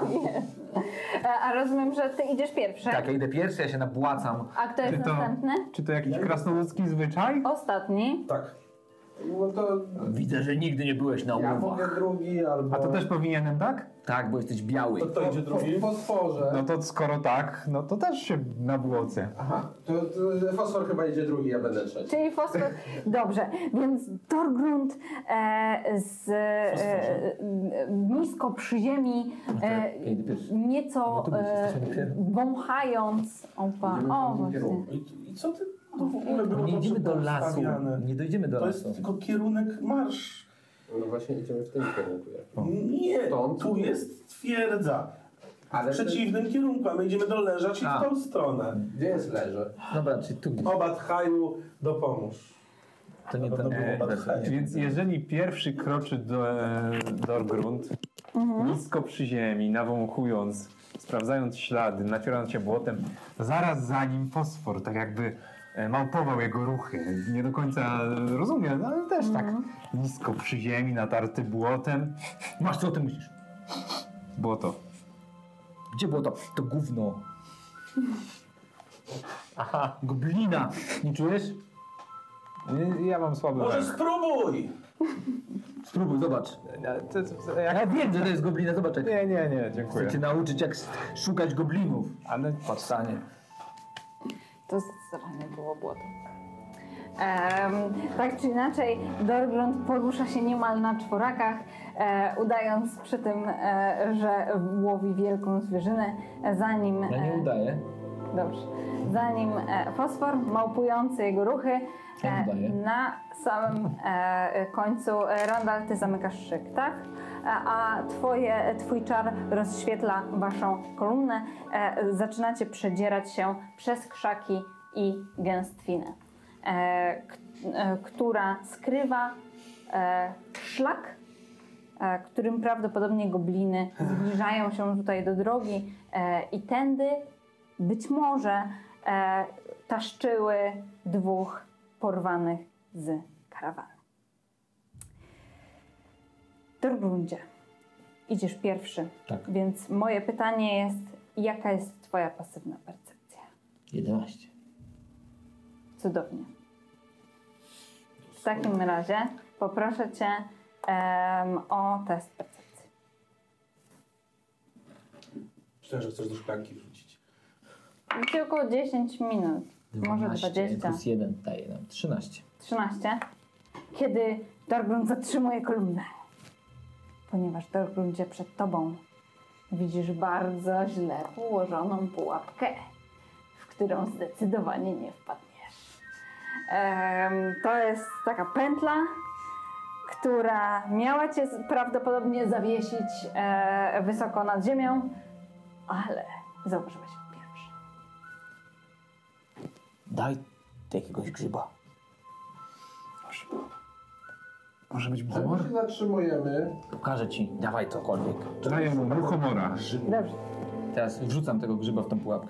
O, nie. E, a rozumiem, że ty idziesz pierwszy. tak, ja idę pierwszy, ja się nabłacam. A kto jest Ty to- następny? Czy to jakiś krasnoludzki zwyczaj? Ostatni. Tak. No to Widzę, że nigdy nie byłeś na ja mogę łowach. drugi albo... A to też powinienem, tak? Tak, bo jesteś biały. To kto idzie drugi? Fosforze. No to skoro tak, no to też się nabłocę. Aha, to, to fosfor chyba idzie drugi, ja będę trzeci. Czyli fosfor. Dobrze, więc Torgrund e, z e, e, nisko przy ziemi, e, ja idę pierwszy. No nieco tu będzie, e, jesteśmy pierwsi. wąchając. Opa, Idziemy o właśnie. No I, w tamtym kierunku. I co ty to w ogóle było No, Nie idziemy do lasu. ustawiane? Nie dojdziemy do To jest lasu. tylko kierunek marsz. No właśnie idziemy w tym kierunku. jak- No. Nie, Stąd? tu jest twierdza. Ale W przeciwnym kierunku, a my idziemy do leża, czyli w A. tą stronę. Gdzie jest leże? Dobra, czyli tu gdzieś. Obat haju, dopomóż. To nie Na ten. pewno było Eee, Bad Haju. Więc jeżeli pierwszy kroczy do, e, do grunt, nisko przy ziemi, nawąchując, sprawdzając ślady, nacierając się błotem, zaraz za nim fosfor, tak jakby e, małpował jego ruchy. Nie do końca rozumiem, ale też tak nisko przy ziemi, natarty błotem. Masz co o tym myślisz? Błoto. Gdzie było to? To gówno. Aha, goblina. Nie czujesz? Nie, Y, Ja mam słaby Może Tak. węch. spróbuj! Spróbuj, zobacz. E, to- to- jak- Ja wiem, że to jest goblina, zobacz. jak- Nie, nie, nie, Chcę dziękuję. cię nauczyć, jak szukać goblinów. Ale Powstanie. To zdecydowanie było błoto. Em, tak czy inaczej, Dorglund porusza się niemal na czworakach, e, udając przy tym, e, że łowi wielką zwierzynę, e, zanim. Ja nie e, udaję. Dobrze. Zanim e, fosfor, małpujący jego ruchy, e, Ja dodaję. na samym e, końcu e, Randall, ty zamykasz szyk, tak? E, A twoje, e, twój czar rozświetla waszą kolumnę. E, zaczynacie przedzierać się przez krzaki i gęstwinę, e, k- e, która skrywa e, szlak, e, którym prawdopodobnie gobliny zbliżają się tutaj do drogi e, i tędy być może e, taszczyły dwóch porwanych z karawany. Dorgrundzie, idziesz pierwszy, Tak. więc moje pytanie jest, jaka jest twoja pasywna percepcja? 11. Cudownie. W takim razie poproszę cię em, o test percepcji. Myślałem, że chcesz do szklanki wrzucić. Będzie około 10 minut, może 20. plus 1 daje nam 13. 13, kiedy Dorgrund zatrzymuje kolumnę. Ponieważ Dorgrundzie przed tobą widzisz bardzo źle ułożoną pułapkę, w którą zdecydowanie nie wpadniesz. Em, to jest taka pętla, która miała cię z- prawdopodobnie zawiesić e, wysoko nad ziemią, ale zauważyłeś ją pierwszy. Daj jakiegoś grzyba. Może być Czy Tak, my się zatrzymujemy? Pokażę ci, dawaj cokolwiek. Daję mu muchomora. Dobrze. Teraz wrzucam tego grzyba w tą pułapkę.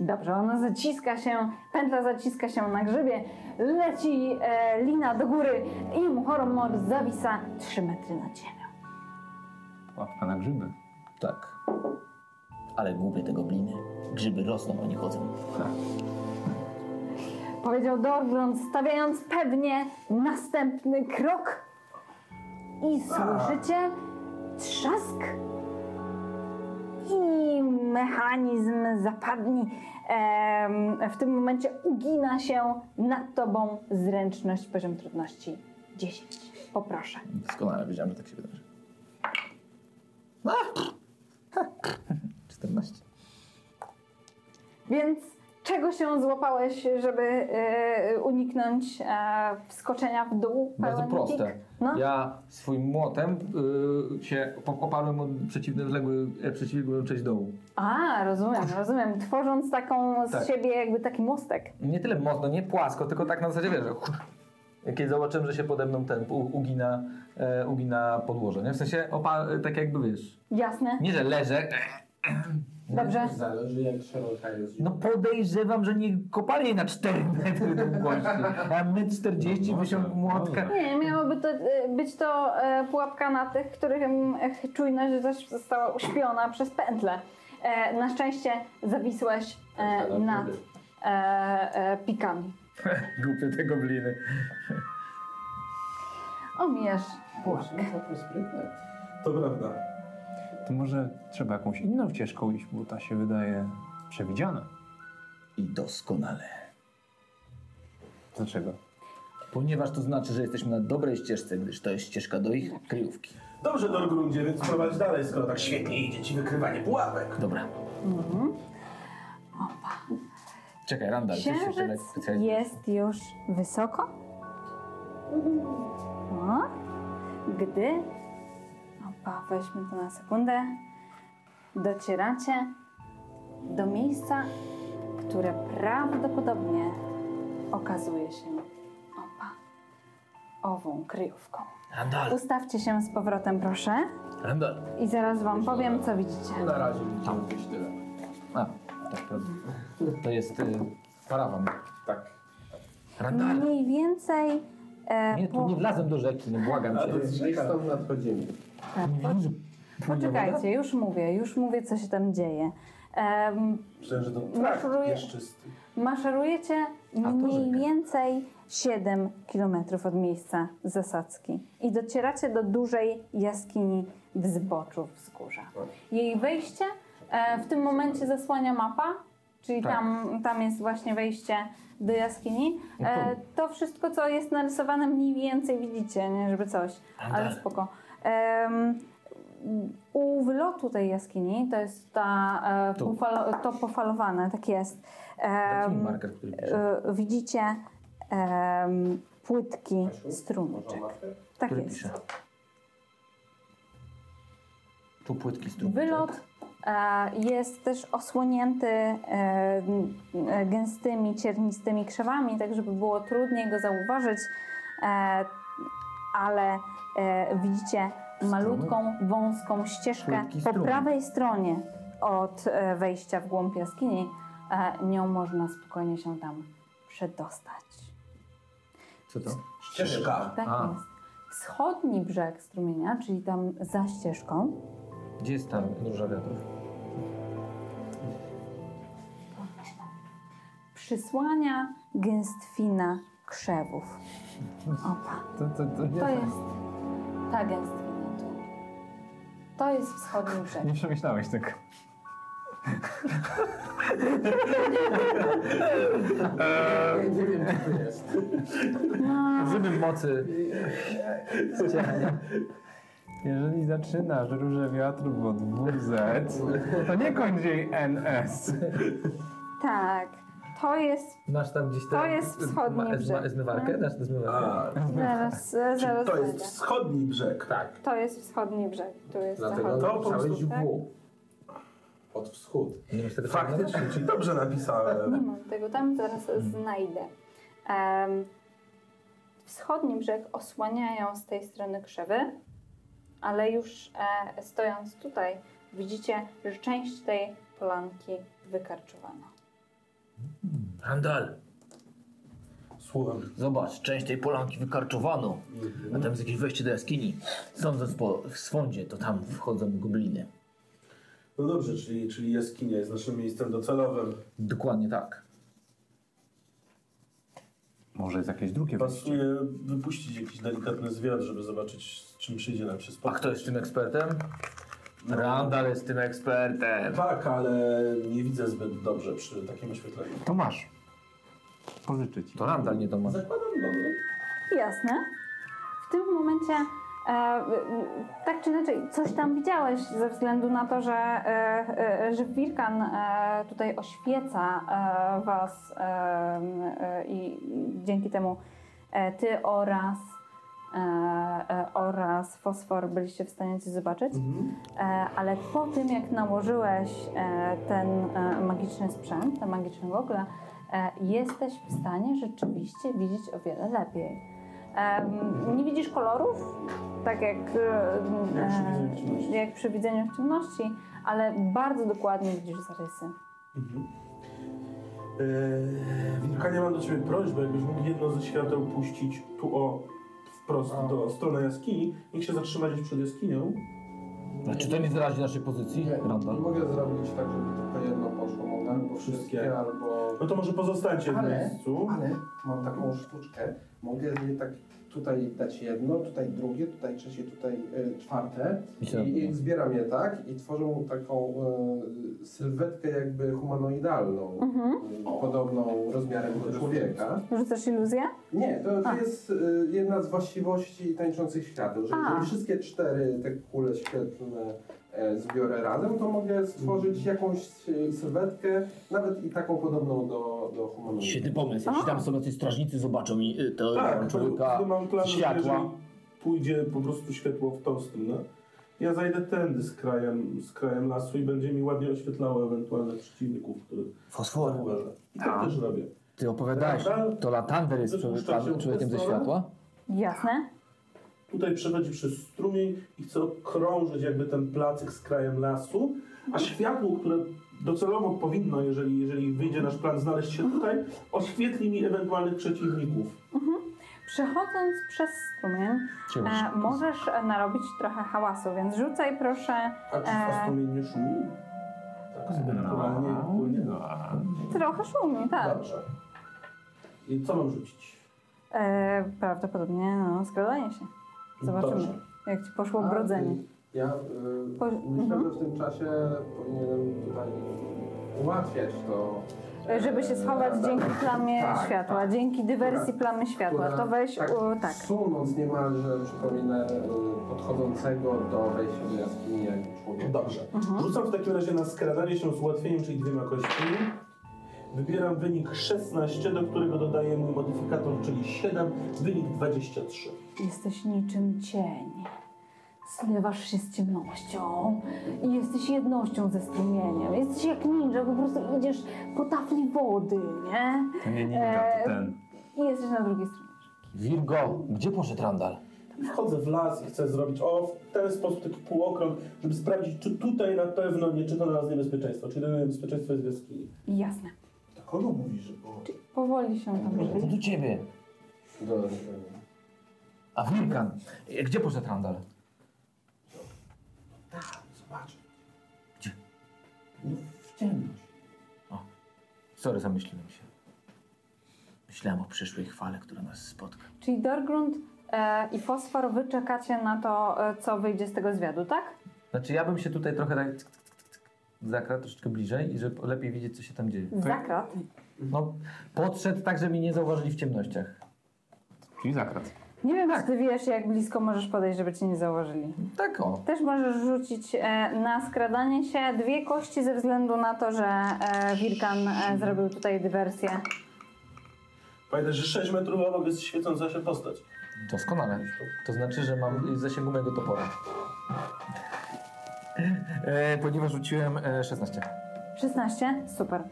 Dobrze, ona zaciska się, pętla zaciska się na grzybie, leci e, lina do góry i Muchoromor zawisa 3 metry na ziemię. Łapka na grzyby. Tak. Ale głupie te gobliny. Grzyby rosną, a nie chodzą. Powiedział Dorgrund, stawiając pewnie następny krok i słyszycie trzask i mechanizm zapadni. Em, w tym momencie ugina się nad tobą zręczność, poziom trudności 10. Poproszę. Doskonale wiedziałem, że tak się wydarzy. A! 14. Więc czego się złapałeś, żeby e, uniknąć e, wskoczenia w dół? Bardzo Pełen proste. kik? No, Ja swoim młotem y, się op- oparłem od przeciwległy, e, przeciwległą część dołu. A, rozumiem, rozumiem. Tworząc taką z Tak. siebie jakby taki mostek. Nie tyle mocno, nie płasko, tylko tak na zasadzie wiesz, że kiedy zobaczyłem, że się pode mną ten u, ugina, e, ugina podłoże, nie? W sensie opa, tak jakby wiesz, Jasne, nie że leżę, dobrze. Zależy jak szeroka jest. no podejrzewam, że nie kopali na 4 metry długości, a my 40 No może, wysiąg młotka. Nie, miałoby to, e, być to e, pułapka na tych, którym e, czujność zaś została uśpiona przez pętlę. E, na szczęście zawisłeś e, nad e, e, pikami. Głupie te gobliny. Omijasz Boże, takie sprytne. To prawda. To może trzeba jakąś inną ścieżką iść, bo ta się wydaje przewidziana. I doskonale. Dlaczego? Ponieważ to znaczy, że jesteśmy na dobrej ścieżce, gdyż to jest ścieżka do ich kryjówki. Dobrze, Dorgrundzie, więc prowadź dalej, skoro tak świetnie idzie ci wykrywanie pułapek. Dobra. Mhm. Czekaj, Randall, ty jesteś Księżyc jednak specjalistą. jest już wysoko. No, gdy. Opa, weźmy to na sekundę. Docieracie do miejsca, które prawdopodobnie okazuje się opa ową kryjówką. Randall, Ustawcie się z powrotem, proszę, Randall. i zaraz wam powiem, co widzicie. Na razie widzimy gdzieś tyle. A, tak, to, to jest y, e, parawan. Tak. Randall. Mniej więcej. E, Nie, tu nie wlazłem do rzeki, nie błagam cię. Gdzieś tam nadchodzimy. Poczekajcie, już mówię, już mówię, co się tam dzieje. Em, Myślę, że to tak, Maszeruje- trakt jest czysty. maszerujecie mniej więcej 7 km od miejsca zasadzki i docieracie do dużej jaskini w zboczu wzgórza. Jej wejście e, w tym momencie zasłania mapa, czyli tam, tam jest właśnie wejście do jaskini. E, to wszystko, co jest narysowane, mniej więcej widzicie, nie żeby coś, ale spoko. Em, u wylotu tej jaskini, to jest ta, e, pofalo, to pofalowane, tak jest. em, Taki marker, który pisze. e, widzicie em, płytki strunczek. Tak Który jest. pisze? Tu płytki tak? strumyczek. Wylot e, jest też osłonięty e, e, gęstymi, ciernistymi krzewami, tak żeby było trudniej go zauważyć, e, ale e, widzicie malutką, wąską ścieżkę Krótki po strumień. prawej stronie od e, wejścia w głąb jaskini, e, nią można spokojnie się tam przedostać. Co to? Ścieżka. Tak A. jest. Wschodni brzeg strumienia, czyli tam za ścieżką, Gdzie jest tam róża wiatrów? przysłania gęstwina krzewów. Opa, To, to, to nie, to jest ta gęstwina tu. To jest wschodni brzeg. nie przemyślałeś tego. Nie, nie wiem, czy to jest. No, Żywym mocy. ściemnienia. Jeżeli zaczynasz Róże Wiatrów od WZ, to nie kończ jej NS. tak, to jest, Masz tam gdzieś To ten- jest wschodni ma- brzeg. No. Zmywarkę? Dasz tę zmywarkę? A, zaraz, e, Czyli zaraz to jest znajdę. wschodni brzeg. Tak, To jest wschodni brzeg, tu jest dlatego zachodni. to po napisałeś prostu- tak? W. Od wschód. Nie masz tego czarnego? Faktycznie, czyli dobrze Nie napisałem. mam tego tam, zaraz Mhm. znajdę. Em, wschodni brzeg osłaniają z tej strony krzewy, ale już e, stojąc tutaj widzicie, że część tej polanki wykarczowano. Randal, Słucham. zobacz, część tej polanki wykarczowano, a tam jest jakieś wejście do jaskini. Sądząc po swądzie, to tam wchodzą gobliny. No dobrze, czyli, czyli jaskinia jest naszym miejscem docelowym. Dokładnie tak. Może jest jakieś drugie wejście. Pasuje wypuścić jakiś delikatny zwiat, żeby zobaczyć, z czym przyjdzie nam się A spotkać. kto jest tym ekspertem? Randal jest tym ekspertem. Tak, ale nie widzę zbyt dobrze przy takim oświetleniu. To masz. Pożyczę ci. To Randall nie to ma. Zakładam dobre. Jasne. W tym momencie e, m, tak czy inaczej coś tam widziałeś ze względu na to, że, e, e, że Wirkan e, tutaj oświeca e, was e, m, e, i dzięki temu e, ty oraz e, e, oraz fosfor byliście w stanie coś zobaczyć, Mhm. e, ale po tym jak nałożyłeś e, ten e, magiczny sprzęt, te magiczne gogle, e, jesteś w stanie rzeczywiście widzieć o wiele lepiej. Em, nie widzisz kolorów, tak jak, e, Jak przy widzeniu w ciemności. jak przy widzeniu w ciemności, ale bardzo dokładnie widzisz zarysy. Eee, Wilkanie, mam do ciebie prośbę, jakbyś mógł jedno ze świateł puścić tu o, wprost do strony jaskini. Niech się zatrzyma gdzieś przed jaskinią. znaczy, Czy to nie zrazi naszej Nie, pozycji, nie Randall? mogę zrobić tak, żeby tylko jedno poszło. Mogę albo Wszystkie. wszystkie, albo... No to może pozostańcie w Ale- miejscu. Ale mam taką sztuczkę, mogę jej tak tutaj dać jedno, tutaj drugie, tutaj trzecie, tutaj y, czwarte I co? i, i zbieram je tak i tworzą taką y, sylwetkę jakby humanoidalną, Mhm. y, podobną rozmiarem do człowieka. Rzucasz iluzję? Nie, to, to A. jest y, jedna z właściwości tańczących świateł, że A. jeżeli wszystkie cztery te kule świetlne e, zbiorę razem, to mogę stworzyć Mhm. jakąś y, sylwetkę, nawet i taką podobną do, do humanoidalnej. Świetny pomysł. Jeśli A. tam są jacyś strażnicy, zobaczą i y, to Tak, człowieka. to, to mam plan, że światła. jeżeli pójdzie po prostu światło w tą stronę. Ja zajdę tędy z krajem, z krajem lasu i będzie mi ładnie oświetlało ewentualnych przeciwników, których Fosfor. zauważę. I tak A. też robię. Ty Tak. opowiadałeś, Randall to Latander jest wypuszcza człowiek- się w człowiekiem ze stronę. światła? Jasne. Tutaj przechodzi przez strumień i chce okrążyć jakby ten placyk z krajem lasu, a światło, które docelowo powinno, jeżeli, jeżeli wyjdzie nasz plan, znaleźć się tutaj, oświetli mi ewentualnych przeciwników. Przechodząc przez strumień, e, możesz e, narobić trochę hałasu, więc rzucaj proszę A czy a strumień nie szumi? Tak, sobie naturalnie płynie. trochę szumi, tak. Dobrze. I co mam rzucić? E, prawdopodobnie no, skradanie się. Zobaczymy, Dobrze. jak ci poszło brodzenie. Ja Po- mhm. y, myślę, że w tym czasie powinienem tutaj ułatwiać to. E, Żeby się schować e, dzięki plamie tak, światła, tak. dzięki dywersji plamy światła. Która To weź, tak, u, tak. Sunąc niemalże, przypominę, y, podchodzącego do wejścia do jaskini jak człowiek. Dobrze. Mhm. Rzucam w takim razie na skradanie się z ułatwieniem, czyli dwiema kośćmi. Wybieram wynik 16, do którego dodaję mój modyfikator, czyli 7, wynik 23. Jesteś niczym cień. Zlewasz się z ciemnością i jesteś jednością ze strumieniem. Jesteś jak ninja, po prostu idziesz po tafli wody, nie? To nie ninja, Eee. to ten. I jesteś na drugiej stronie. Virgo, gdzie poszedł Randall? Tam i wchodzę w las i chcę zrobić o, w ten sposób taki półokrąg, żeby sprawdzić, czy tutaj na pewno nie czyha na nas niebezpieczeństwo, czy jedyne niebezpieczeństwo jest w jaskini. Jasne. Do kogo mówisz? Bo... Powoli się tam Co rzuca. do ciebie? Do, do, A Wilkan, e, gdzie poszedł Randall? zobacz. Gdzie? No, w ciemność. Sorry, zamyśliłem się. Myślałem o przyszłej chwale, która nas spotka. Czyli Dorgrund e, i Fosfor, wy czekacie na to, e, co wyjdzie z tego zwiadu, tak? Znaczy ja bym się tutaj trochę tak tk, tk, tk, tk, zakradł troszeczkę bliżej i żeby lepiej widzieć, co się tam dzieje. Zakrat. No, podszedł tak, żeby mnie nie zauważyli w ciemnościach. Czyli zakrat. Nie wiem, Tak. czy ty wiesz, jak blisko możesz podejść, żeby cię nie założyli. Tak o. Też możesz rzucić e, na skradanie się dwie kości ze względu na to, że e, Wilkan e, zrobił tutaj dywersję. Pamiętaj, że 6 metrów obok jest świecąca się postać. Doskonale. To znaczy, że mam w zasięgu mojego topora. E, ponieważ rzuciłem e, 16. 16? Super.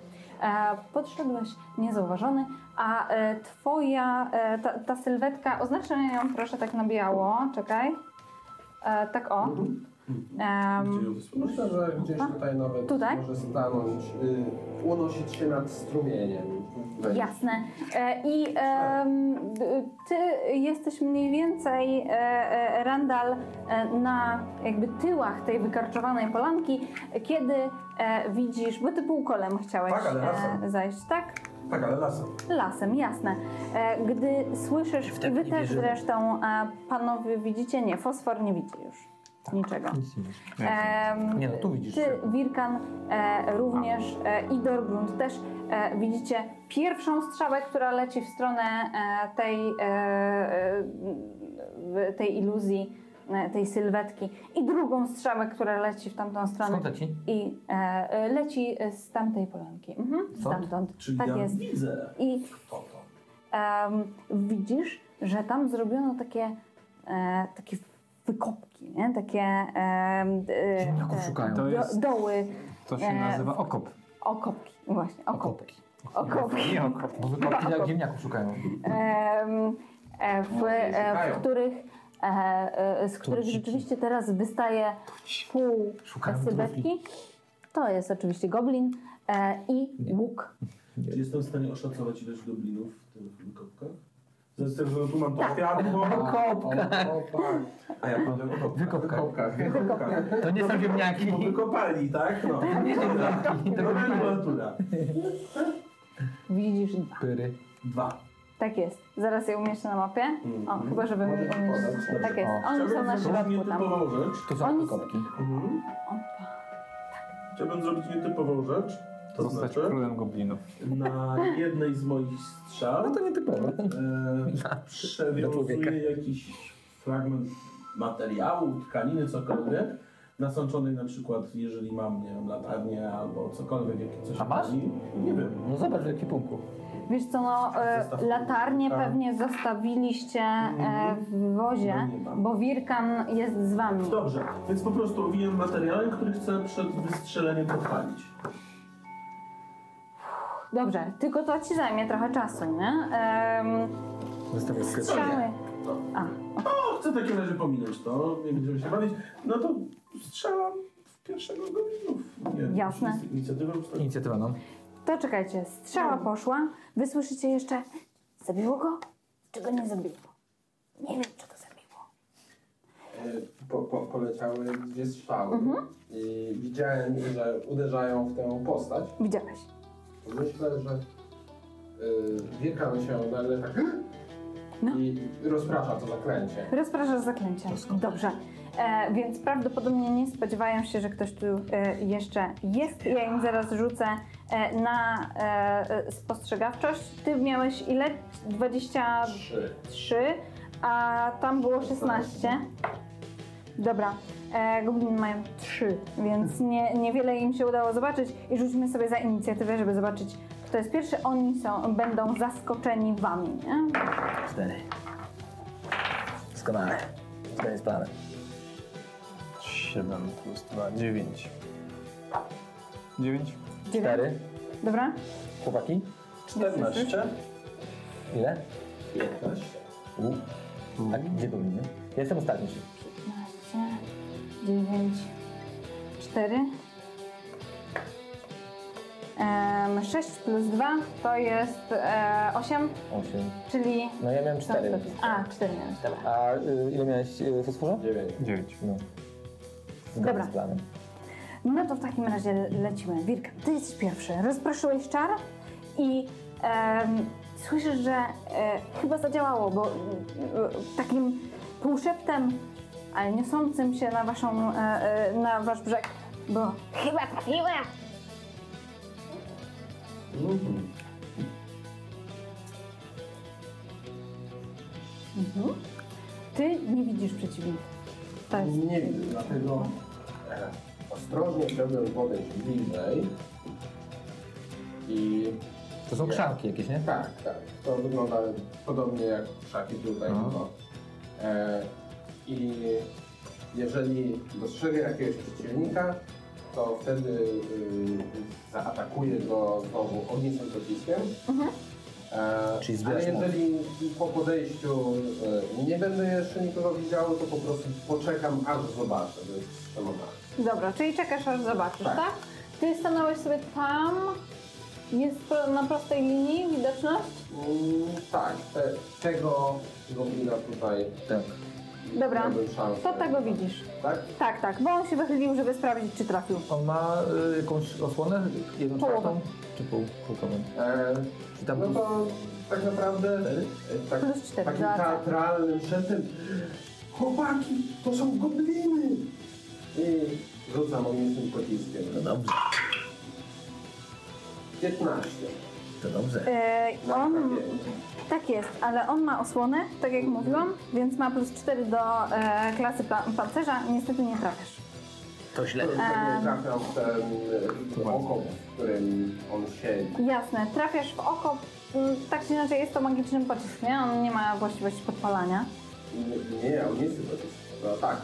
E, podszedłeś niezauważony, a e, twoja, e, ta, ta sylwetka, oznaczę ją proszę tak na biało, czekaj. E, tak o. Em, Myślę, że gdzieś tutaj nawet Tutaj? może stanąć, y, unosić się nad strumieniem. Wejść. Jasne. E, I em, d- ty jesteś mniej więcej, e, e, Randall, e, na jakby tyłach tej wykarczowanej polanki, kiedy e, widzisz, bo ty półkolem chciałeś Tak, ale e, lasem. zajść, tak? Tak, ale lasem. Lasem, jasne. E, Gdy słyszysz, tak wy nie też wierzymy. zresztą, e, panowie widzicie, nie, fosfor nie widzi już Tak, niczego. Em, Nie no, tu widzisz. Ty, Wirkan, e, również e, i Dorgrund też e, widzicie pierwszą strzałę, która leci w stronę e, tej, e, e, w- tej iluzji, e, tej sylwetki i drugą strzałę, która leci w tamtą stronę Skąd leci? i e, e, leci z tamtej polanki. Mhm, stamtąd. Czyli tak ja jest. widzę. I Kto to? em, widzisz, że tam zrobiono takie, e, takie wykopki, nie? takie em, e, Ziemniaków te szukają. To do, jest, doły, to się e, nazywa okop. okopki, właśnie, okopy. Okopki, Nie okop. Bo wykopki jak ziemniaków szukają. em, e, w, No, e, szukają. w których, e, e, z których rzeczywiście teraz wystaje pół Szukają sylwetki. To jest oczywiście goblin e, i łuk Czy jestem w stanie oszacować ilość goblinów w tych wykopkach? Z tego, że tu mam to Tak. światło. Kopka. A ja powiem o Wykopka. Kopka. To nie są ziemniaki. Bo wykopali, tak? No. Nomenklatura. Widzisz dwa. Pyry. Dwa. Tak jest. Zaraz je umieszczę na mapie. O, chyba żebym Mhm. Możesz podać. umieszczę. Tak jest. O. Oni są na zrobić środku tam. nietypową rzecz. To są Oni- wykopki. Mhm. Chciałbym zrobić nietypową rzecz. To Zostać znaczy, królem goblinów. na jednej z moich strzał No to nietypowe. e, przewiązuję jakiś fragment materiału, tkaniny, cokolwiek, nasączonej na przykład, jeżeli mam, nie wiem, latarnię albo cokolwiek, jakie coś A masz? tani. Nie wiem. No zobacz w ekipunku. Wiesz co, no e, Zestaw latarnie kilka. pewnie zostawiliście e, w wozie, Mhm. No nie mam. bo Wirkan jest z wami. Dobrze, więc po prostu owijam materiałem, który chcę przed wystrzeleniem podpalić. Dobrze, tylko to ci zajmie trochę czasu, nie? Em, Zostawiam strzały. No. A, O, chcę w takim razie pominąć to, nie będziemy się bawić. No to strzelam w pierwszego goblinów. Nie, Jasne. już jest Inicjatywa już tak. Inicjatywa, no. to czekajcie, No. strzała poszła. Wy słyszycie jeszcze, zabiło go? Czy go nie zabiło? Nie wiem, czy go zabiło. E, Po, po, poleciały dwie strzały i widziałem, że uderzają w tę postać. Widziałeś. Myślę, że y, wiekam się nagle tak No. i rozprasza to zaklęcie. Rozpraszasz zaklęcia. Dobrze. E, więc prawdopodobnie nie spodziewają się, że ktoś tu e, jeszcze jest. Ja im zaraz rzucę e, na e, e, spostrzegawczość. Ty miałeś ile? 23, Trzy. a tam było 16. Dobra. E, gobliny mają 3, więc nie, niewiele im się udało zobaczyć. I rzućmy sobie za inicjatywę, żeby zobaczyć, kto jest pierwszy. Oni są, będą zaskoczeni wami, nie? Cztery. Doskonale. Zgodnie z planem. 7 plus 2, 9. 9? Dziewięć. Cztery. Dobra? Chłopaki? 14. Ile? 15. U. Tak, gdzie gobliny? Ja jestem ostatni. 15, 9, 4. Em, 6 plus 2 to jest e, 8, 8. czyli. No ja miałem Tak, 4. A, 4 miałeś, dobra. A y, ile miałeś y, fosforze? Dziewięć. No. Zgodnie Dobra. z planem. No to w takim razie lecimy. Wilk, ty jesteś pierwszy. Rozproszyłeś czar i em, słyszysz, że e, chyba zadziałało, bo e, takim półszeptem, ale niosącym się na, waszą, e, e, na wasz brzeg, bo chyba trafiłem. Mhm. Ty nie widzisz przeciwnika. To jest Nie widzę, dlatego e, ostrożnie chciałbym podejść bliżej. I To są Nie. krzanki jakieś, nie? tak, tak, to wygląda podobnie jak szaki tutaj. No. E, I jeżeli dostrzegę jakiegoś przeciwnika, to wtedy y, zaatakuję go znowu ognistym pociskiem. Mhm. E, Czyli ale zbierasz moc. jeżeli po podejściu y, nie będę jeszcze nikogo widział, to po prostu poczekam aż zobaczę, że jest strzelona. Dobra, czyli czekasz aż zobaczysz, tak? Tak. Ty stanąłeś sobie tam, jest pro- na prostej linii widoczność? Mm, tak, te, tego goblina tutaj Tak. Dobra, miałbym szansę. to tego widzisz. Tak? Tak, tak, bo on się wychylił, żeby sprawdzić, czy trafił. On ma y, jakąś osłonę? Jedną Połowę. czwartą? Czy pół, półkową? E, Czy tam no to tak naprawdę e, tak, Plus cztery, takim dodatek. teatralnym szeptem Chłopaki, to są gobliny! I rzucam ognistym pociskiem. To dobrze, 15. to dobrze. Yy, na on, trafienie. tak jest, ale on ma osłonę, tak jak mówiłam, więc ma plus 4 do e, klasy pa- pancerza. Niestety nie trafisz. To źle. Pewnie trafiam w ten e, oko, w którym on siedzi. Jasne, trafiasz w oko, mm, tak czy inaczej jest to magiczny pocisk, nie? On nie ma właściwości podpalania. Nie, nie, ognisty pocisk. No tak,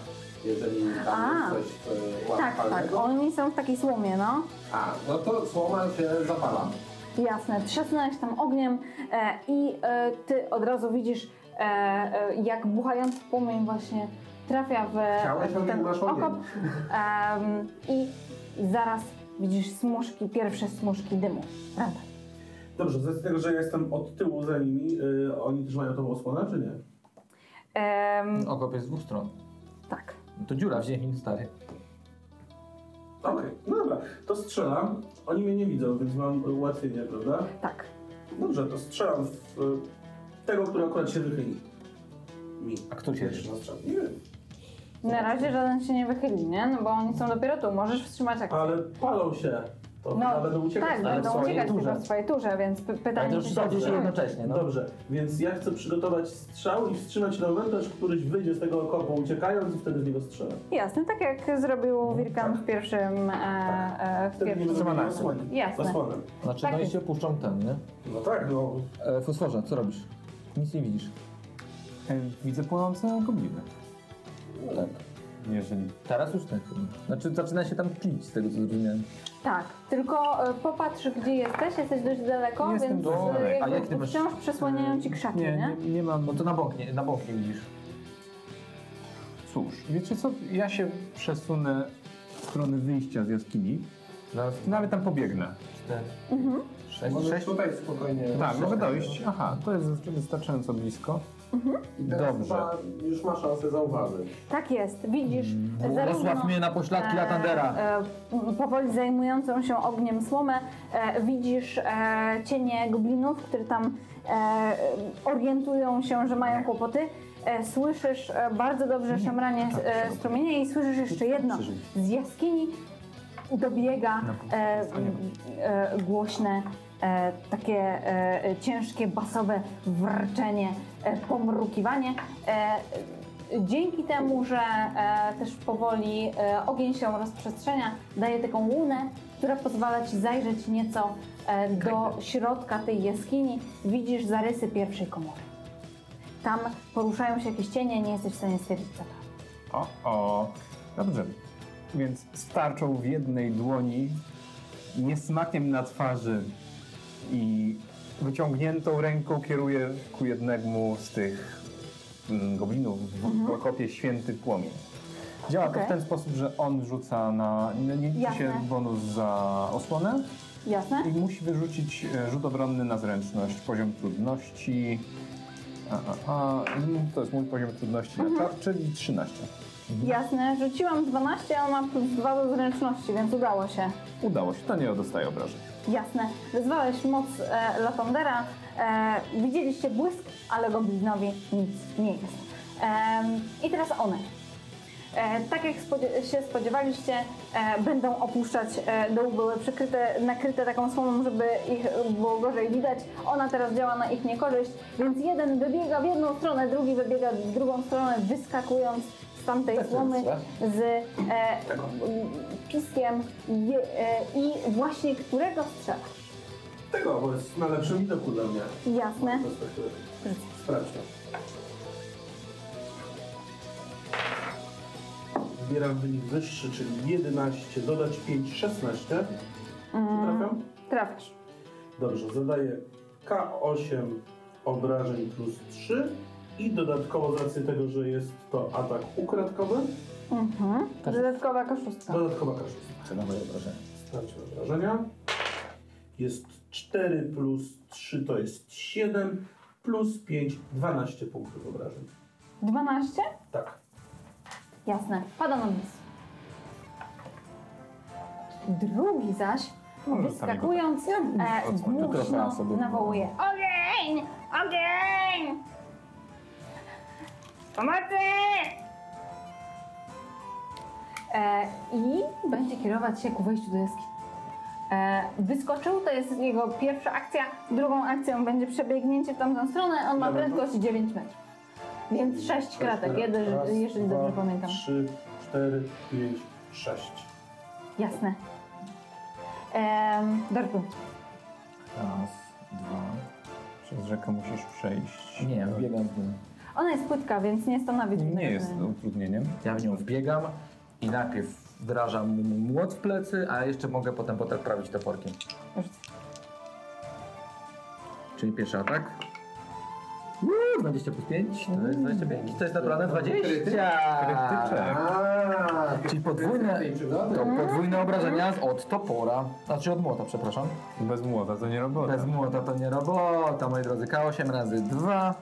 jeżeli A. tam jest coś e, Tak, tak, łatwego. oni są w takiej słomie, no. A, no to słoma się zapala. Jasne, trzasnąłeś tam ogniem e, i e, ty od razu widzisz, e, e, jak buchający płomień właśnie trafia w, Chciałeś w ogień, ten masz ogień. okop. Em, I zaraz widzisz smuszki, pierwsze smuszki dymu. Randa. Dobrze, z racji tego, że ja jestem od tyłu za nimi, y, oni też mają tą osłonę, czy nie? Em, Okop jest z dwóch stron. tak. No to dziura w ziemi, stary. Tak. Okej, no dobra, to strzelam. Oni mnie nie widzą, więc mam y, ułatwienie, prawda? Tak. Dobrze, to strzelam w y, tego, który akurat się wychyli. Mi. A kto się jeszcze? No strzelam. Nie wiem. Na razie żaden się nie wychyli, nie? No bo oni są dopiero tu, możesz wstrzymać akcję. Ale palą się. To no, będą uciekać. tak, ale w będą swojej uciekać turze. tylko w swojej turze, więc py- Ale pytanie, to czy już się się wstrzymać. jednocześnie, no. Dobrze, więc ja chcę przygotować strzał i wstrzymać na moment, aż któryś wyjdzie z tego okopu uciekając i wtedy z niego strzelę. Jasne, tak jak zrobił Wirkan w pierwszym... E, e, w Wtedy nie pierwszym. będę miał osłonę. osłony. Jasne. Osłonę. Znaczy, Tak no i jest. się opuszczą ten, nie? No tak, no. E, fosforze, co robisz? Nic nie widzisz. E, Widzę płonące gobliny. Tak. Jeżeli. Teraz już tak. Znaczy, zaczyna się tam tlić, z tego co zrozumiałem. Tak, tylko e, popatrz gdzie jesteś, jesteś dość daleko, Jestem więc dość e, daleko. jakby A jak ty masz- wciąż przesłaniają ci krzaki, nie? nie, nie mam. No to na bok nie, na bok nie widzisz. Cóż, wiecie co? Ja się przesunę w stronę wyjścia z jaskini. No. Raz, Nawet tam pobiegnę. cztery, Mhm. sześć, Możesz sześć. tutaj spokojnie. Tak, może dojść. Aha, to jest wystarczająco blisko. I teraz Dobrze. Ma, już ma szansę zauważyć. Tak jest, widzisz Błogosław Mm, mnie na pośladki Latandera. e, m, powoli zajmującą się ogniem słomę, e, widzisz e, cienie goblinów, które tam e, orientują się, że mają kłopoty. E, słyszysz e, bardzo dobrze szemranie Tak, e, strumienia i słyszysz jeszcze jedno. Z jaskini dobiega e, m, e, głośne, e, takie e, e, ciężkie, basowe wrczenie, e, pomrukiwanie. E, Dzięki temu, że e, też powoli e, ogień się rozprzestrzenia, daje taką łunę, która pozwala ci zajrzeć nieco e, do środka tej jaskini. Widzisz zarysy pierwszej komory. Tam poruszają się jakieś cienie, nie jesteś w stanie stwierdzić co to. O, o. Dobrze. Więc z tarczą w jednej dłoni, niesmakiem na twarzy i wyciągniętą ręką kieruję ku jednemu z tych mm, goblinów w mhm. kopie święty płomień. Działa Okej. to w ten sposób, że on rzuca na. Nie, nie liczy się Jasne. bonus za osłonę Jasne? i musi wyrzucić e, rzut obronny na zręczność, poziom trudności. A, a, a, mm, to jest mój poziom trudności Mhm. na czar, czyli 13. Jasne. Rzuciłam 12, a on ma plus 2 do zręczności, więc udało się. Udało się, to nie dostaje obrażeń. Jasne. Wezwałeś moc e, Latondera. E, widzieliście błysk, ale goblinowi nic nie jest. Em, I teraz one. E, tak jak spodzie- się spodziewaliście, e, będą opuszczać e, dołu, były przykryte, nakryte taką słomą, żeby ich e, było gorzej widać. Ona teraz działa na ich niekorzyść, więc jeden wybiega w jedną stronę, drugi wybiega w drugą stronę, wyskakując z tamtej słomy z e, piskiem je, e, i właśnie którego strzela. Tego, bo jest na lepszym widoku dla mnie. Jasne. To jest takie Sprawdźmy. Zbieram wynik wyższy, czyli 11, dodać 5, 16. Mm, Trafiam? trafiasz. Dobrze, zadaję K8 obrażeń plus 3 i dodatkowo z racji tego, że jest to atak ukradkowy, Mhm. Dodatkowa koszulka. dodatkowa kaszustka. Co na moje wrażenie? Sprawdźmy obrażenia. Jest 4 plus 3 to jest 7, plus 5, 12 punktów obrażeń. 12? Tak. Jasne, pada na mis. Drugi zaś, No, wyskakując, tak- e, głośno nawołuje Ogień! Ogień! Pomocy! E, I będzie kierować się ku wejściu do jaskini. E, wyskoczył, to jest jego pierwsza akcja. Drugą akcją będzie przebiegnięcie w tamtą stronę. On ma Dobra, no. to- prędkość 9 metrów. Więc 6 kratek, jeden, jeżeli dobrze pamiętam. 3, 4, 5, 6. Jasne. Ehm, Dorku. Raz, dwa. Przez rzekę musisz przejść. Nie, no. wbiegam w nią. Ona jest płytka, więc nie stanowi Nie trudnego jest no, zadania. utrudnieniem. Ja w nią wbiegam i najpierw wdrażam mu młot w plecy, a jeszcze mogę potem potrafić prawić toporkiem. Czyli pierwszy atak. Uuu, 20 plus 5, to jest 25. To jest naturalne 20! Krytyczek. A, Czyli podwójne, to podwójne obrażenia z- od topora, znaczy od młota, przepraszam. Bez młota to nie robota. Bez młota to nie robota, moi drodzy. K8 razy 2.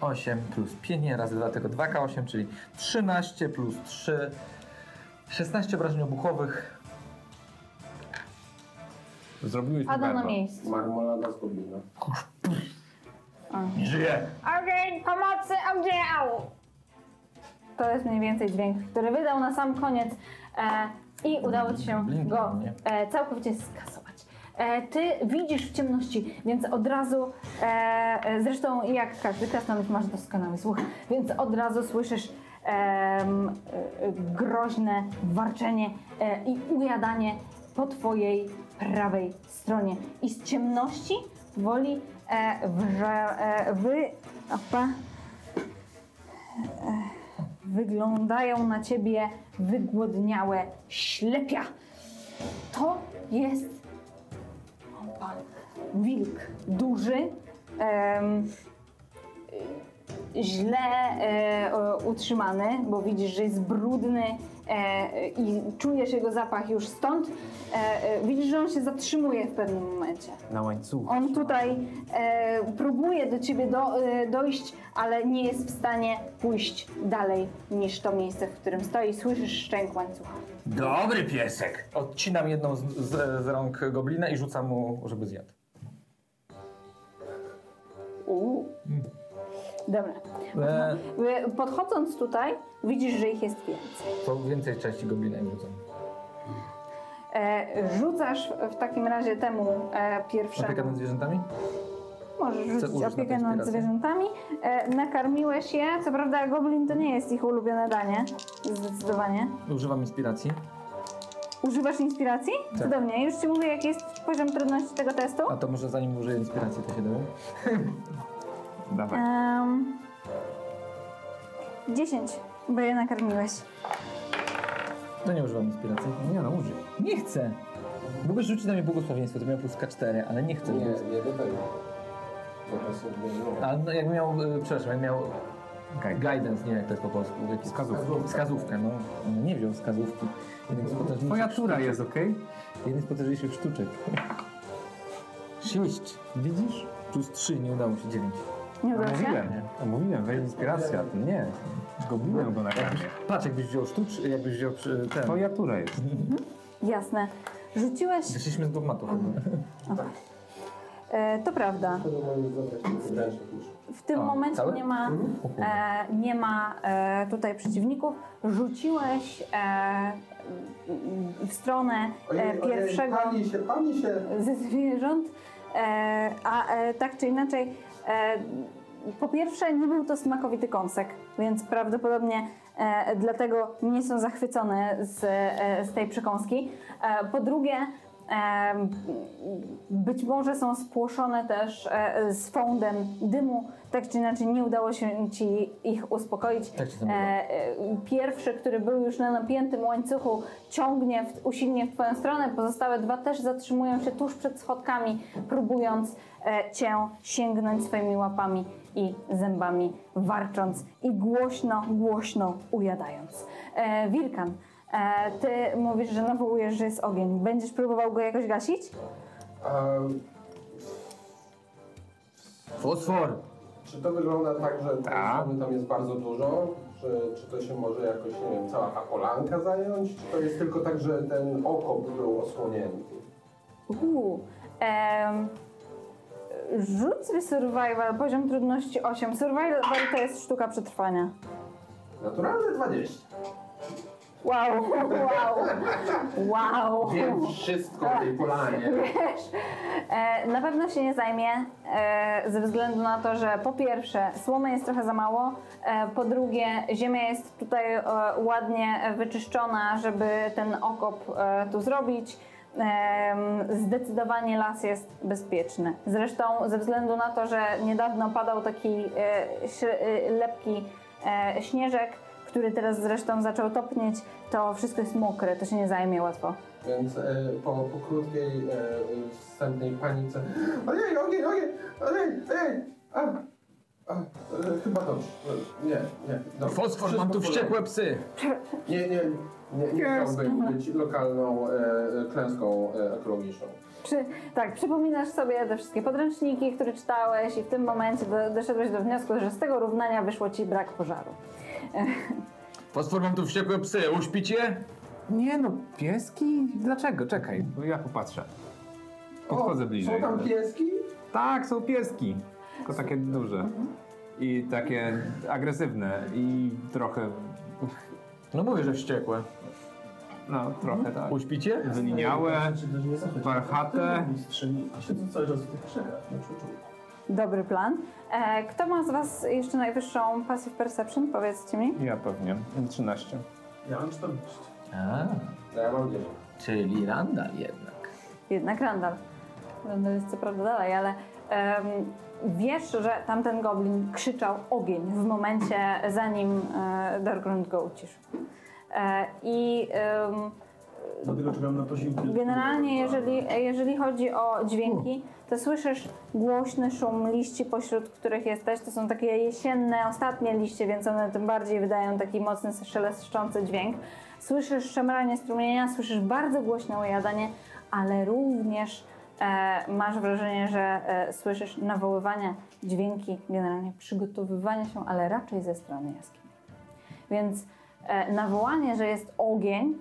8 plus 5, nie razy 2, tylko 2K8, czyli 13 plus 3. 16 obrażeń obuchowych. Zrobiłeś mi Pada na barwa. miejscu. Marmolada z goblina. Nie żyje! Ogień, pomocy, odział! To jest mniej więcej dźwięk, który wydał na sam koniec e, i udało ci się Blink, go nie? e, całkowicie skasować. E, ty widzisz w ciemności, więc od razu, e, e, zresztą jak każdy krasnolud masz doskonały słuch, więc od razu słyszysz em, e, e, groźne warczenie e, i ujadanie po twojej prawej stronie. I z ciemności woli e, wrze, e, wy... Opa, wyglądają na ciebie wygłodniałe ślepia. To jest o pan, wilk duży, em, y, źle e, o, utrzymany, bo widzisz, że jest brudny e, e, i czujesz jego zapach już stąd. E, e, widzisz, że on się zatrzymuje w pewnym momencie. Na łańcuchu. On tutaj e, próbuje do ciebie do, e, dojść, ale nie jest w stanie pójść dalej niż to miejsce, w którym stoi. Słyszysz szczęk łańcucha. Dobry piesek! Odcinam jedną z, z, z rąk goblina i rzucam mu, żeby zjadł. Uuu. Dobra. E, E, Podchodząc tutaj, widzisz, że ich jest więcej. to więcej części goblina im rzucam. E, rzucasz w takim razie temu e, Opieka pierwszemu. nad zwierzętami? Możesz rzucić użyć opiekę na nad konspirację. zwierzętami. E, nakarmiłeś je. Co prawda, goblin to nie jest ich ulubione danie. Zdecydowanie. Używam inspiracji. Używasz inspiracji? Cudownie. Już ci mówię, jaki jest poziom trudności tego testu. A to może zanim użyję inspiracji, to się dowiem. Dawaj. Um, 10, bo je nakarmiłeś. To No nie używam inspiracji. Nie no, użyj. Nie chcę. Mógłbyś rzucić na mnie błogosławieństwo, to miał plus K4, ale nie chcę. Nie, nie do tego. trochę są zmienione. A no, jakby miał, y, przepraszam, jak miał Guide. guidance, nie wiem jak to jest po polsku. Jakiś Wskazówkę. Wskazówkę, no. On nie wziął wskazówki. Jeden z Twoja potężniejszych tura jest, okej? sztuczek. Jeden z potężniejszych sztuczek. Sześć. Widzisz? Plus trzy, nie udało się dziewięć. Nie udało się? Mówiłem, mówiłem, weź inspiracja, ty nie. Gobliłem go na ramię. Patrz, jakbyś wziął sztucz, jakbyś wziął przy- ten. Twoja tura jest. Jasne. Rzuciłeś, Wyszliśmy z dogmatu. Mhm. e, to prawda. Wtedy możesz zabrać ten wydajnik już. W tym momencie nie ma, e, nie ma e, tutaj przeciwników. Rzuciłeś e, m, w stronę e, Ojej, ojej, pierwszego Pali się, pali się. ze zwierząt, e, a e, tak czy inaczej, e, po pierwsze nie był to smakowity kąsek, więc prawdopodobnie e, dlatego nie są zachwycone z, e, z tej przekąski. E, po drugie, e, być może są spłoszone też e, z fądem dymu, tak czy inaczej nie udało się ci ich uspokoić. Tak się to E, nazywa. e, pierwszy, który był już na napiętym łańcuchu, ciągnie w, usilnie w twoją stronę, pozostałe dwa też zatrzymują się tuż przed schodkami, próbując e, cię sięgnąć swoimi łapami i zębami, warcząc i głośno, głośno ujadając. E, Wilkan, e, ty mówisz, że nawołujesz, że jest ogień. Będziesz próbował go jakoś gasić? A Fosfor! czy to wygląda tak, że Tak. tam, tam jest bardzo dużo? Czy, czy to się może jakoś, nie wiem, cała ta polanka zająć? Czy to jest tylko tak, że ten okop był osłonięty? Uuu. em, Rzuć sobie survival, poziom trudności 8. Survival to jest sztuka przetrwania. Naturalne 20. Wow, wow, wow. Wiem wszystko o tej polanie. E, na pewno się nie zajmie, e, ze względu na to, że po pierwsze słomy jest trochę za mało, e, po drugie ziemia jest tutaj e, ładnie wyczyszczona, żeby ten okop e, tu zrobić. Em, Zdecydowanie las jest bezpieczny. Zresztą ze względu na to, że niedawno padał taki e, śr- e, lepki e, śnieżek, który teraz zresztą zaczął topnieć, to wszystko jest mokre, to się nie zajmie łatwo. Więc e, po, po krótkiej e, e, wstępnej panice Ojej, ojej, ojej, ojej, ojej, a, a, e, chyba dobrze, E, nie, nie, dobrze. Fosfor, Wszystko mam tu w porządku. wściekłe psy! Nie, nie, nie, nie chciałbym być lokalną e, klęską e, ekologiczną. Przy, tak, przypominasz sobie te wszystkie podręczniki, które czytałeś i w tym momencie do, doszedłeś do wniosku, że z tego równania wyszło ci brak pożaru. Fosfor, mam tu wściekłe psy! Uśpicie? Nie no, pieski? Dlaczego? Czekaj, bo No ja popatrzę. Podchodzę O, bliżej. Są tam pieski? Tak, są pieski. Tylko takie duże. I takie agresywne. I trochę, No mówię, że wściekłe. Mhm. no trochę tak. Uśpicie? Wyliniałe, Czy też nie zachodzi? warchatę. Mistrzyni, a siedzą cały czas w tych krzakach, na przyczół. Dobry plan. E, kto ma z Was jeszcze najwyższą passive perception? Powiedzcie mi. Ja pewnie. 13. Ja mam 14. A, No, ja mam dziewięć. czyli Randall jednak. Jednak Randall. Randall jest co prawda dalej, ale em, wiesz, że tamten goblin krzyczał ogień w momencie, zanim e, Dargrund go uciszył. E, I em, Dlatego czekam na posiłki. Generalnie, jeżeli, jeżeli chodzi o dźwięki, to słyszysz głośny szum liści, pośród których jesteś. To są takie jesienne, ostatnie liście, więc one tym bardziej wydają taki mocny, szeleszczący dźwięk. Słyszysz szemranie strumienia, słyszysz bardzo głośne ujadanie, ale również e, masz wrażenie, że e, słyszysz nawoływania, dźwięki, generalnie przygotowywania się, ale raczej ze strony jaskini. Więc e, nawołanie, że jest ogień,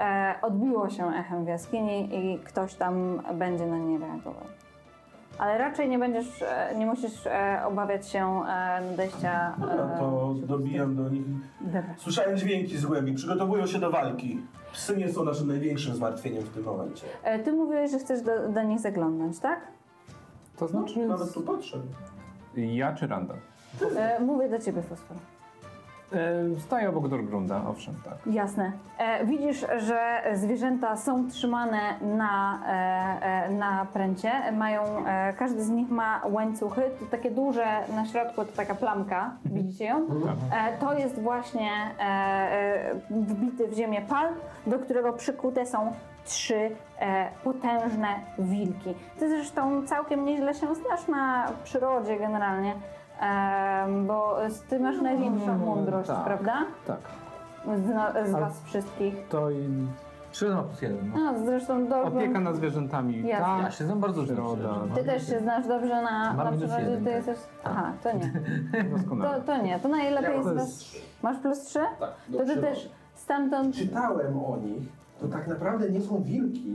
e, odbiło się echem w jaskini i ktoś tam będzie na nie reagował. Ale raczej nie będziesz, e, nie musisz e, obawiać się e, nadejścia. e, Dobra, to dobijam do nich. Dobra. Słyszałem dźwięki z głębi, przygotowują się do walki. Psy nie są naszym największym zmartwieniem w tym momencie. E, ty mówiłeś, że chcesz do, do nich zaglądnąć, tak? To znaczy... Nawet tu patrzę. Tak. Ja czy Randall? E, mówię do ciebie, Fosfor. E, Staję obok Dorgrunda, owszem, tak. Jasne. E, widzisz, że zwierzęta są trzymane na, e, e, na pręcie. Mają, e, każdy z nich ma łańcuchy. To takie duże, na środku to taka plamka, widzicie ją? E, to jest właśnie e, e, wbity w ziemię pal, do którego przykute są trzy e, potężne wilki. Ty zresztą całkiem nieźle się znasz na przyrodzie generalnie, em, bo ty masz największą mądrość, tak. prawda? Tak. Z, z A- was wszystkich. To i Trzy na plus jeden. No. No, zresztą dobrze. opieka nad zwierzętami. Jasne. Ja Tak, się znam bardzo dużo. Przyroda. Ty też się znasz dobrze na, Mam na minus przyrodzie, jeden, ty tak. jesteś... Aha, to nie. To, doskonale. to nie, to najlepiej Ja jest... mam bez- Masz plus trzy? Tak, do To ty przyrody. też stamtąd... Czytałem o nich, to tak naprawdę nie są wilki,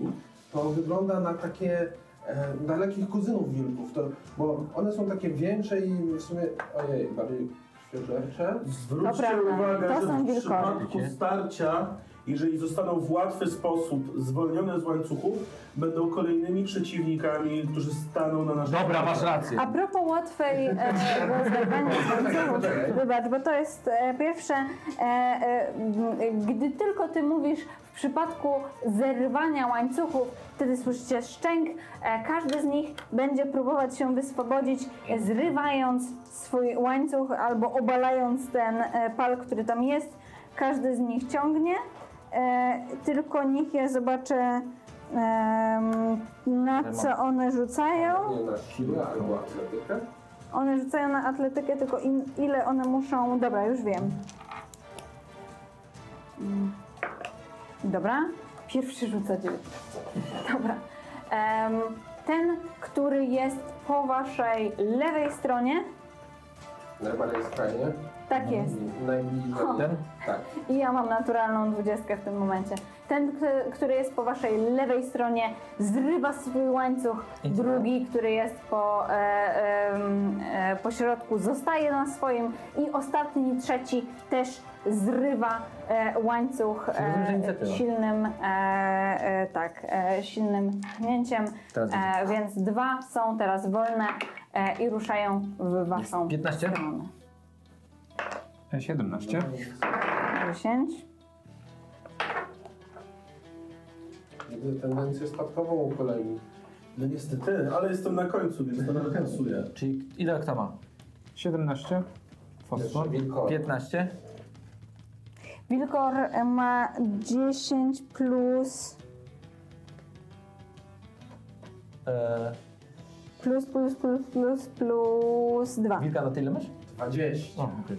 to wygląda na takie e, dalekich kuzynów wilków, to, bo one są takie większe i w sumie, ojej, bardziej krwiożercze. To Zwróćcie prawda. uwagę, To że są w wilkoże. przypadku starcia, jeżeli zostaną w łatwy sposób zwolnione z łańcuchów, będą kolejnymi przeciwnikami, którzy staną na naszej Dobra, masz rację. A propos łatwej e, go zdobędzenia stamtąd, wybacz, bo to jest e, pierwsze, e, e, m, e, gdy tylko ty mówisz w przypadku zerwania łańcuchów, wtedy słyszycie szczęk, e, każdy z nich będzie próbować się wyswobodzić, e, zrywając swój łańcuch albo obalając ten e, pal, który tam jest, każdy z nich ciągnie, e, tylko niech ja zobaczę em, na co one rzucają. Nie na siłę, albo atletykę. One rzucają na atletykę, tylko in, ile one muszą. Dobra, już wiem. Mm. Dobra. Pierwszy rzuca 19. Dobra. Em, ten, który jest po waszej lewej stronie, Najbardziej skrajnie. tak jest. Najbliżej. Ten? Tak. I ja mam naturalną dwudziestkę w tym momencie. Ten, kto- który jest po waszej lewej stronie, zrywa swój łańcuch. Drugi, który jest po, e, em, e, po środku, zostaje na swoim. I ostatni, trzeci też zrywa e, łańcuch rozumiem, że e, inicjatywa. silnym, e, e, tak, e, silnym pchnięciem. Teraz E, więc dwa są teraz wolne e, i ruszają w waszą 15? stronę. E, 17. 10. Widzę tendencję spadkową u kolegi. No niestety, ale jestem na końcu, więc to nawet pasuje. Czyli ile kto ma? 17. Fosfor. Jeszcze wilkołak. 15? Wilkor e, ma 10 plus. Eee, Plus, plus, plus, plus, plus 2. wilka na tyle masz? 20. O, okej.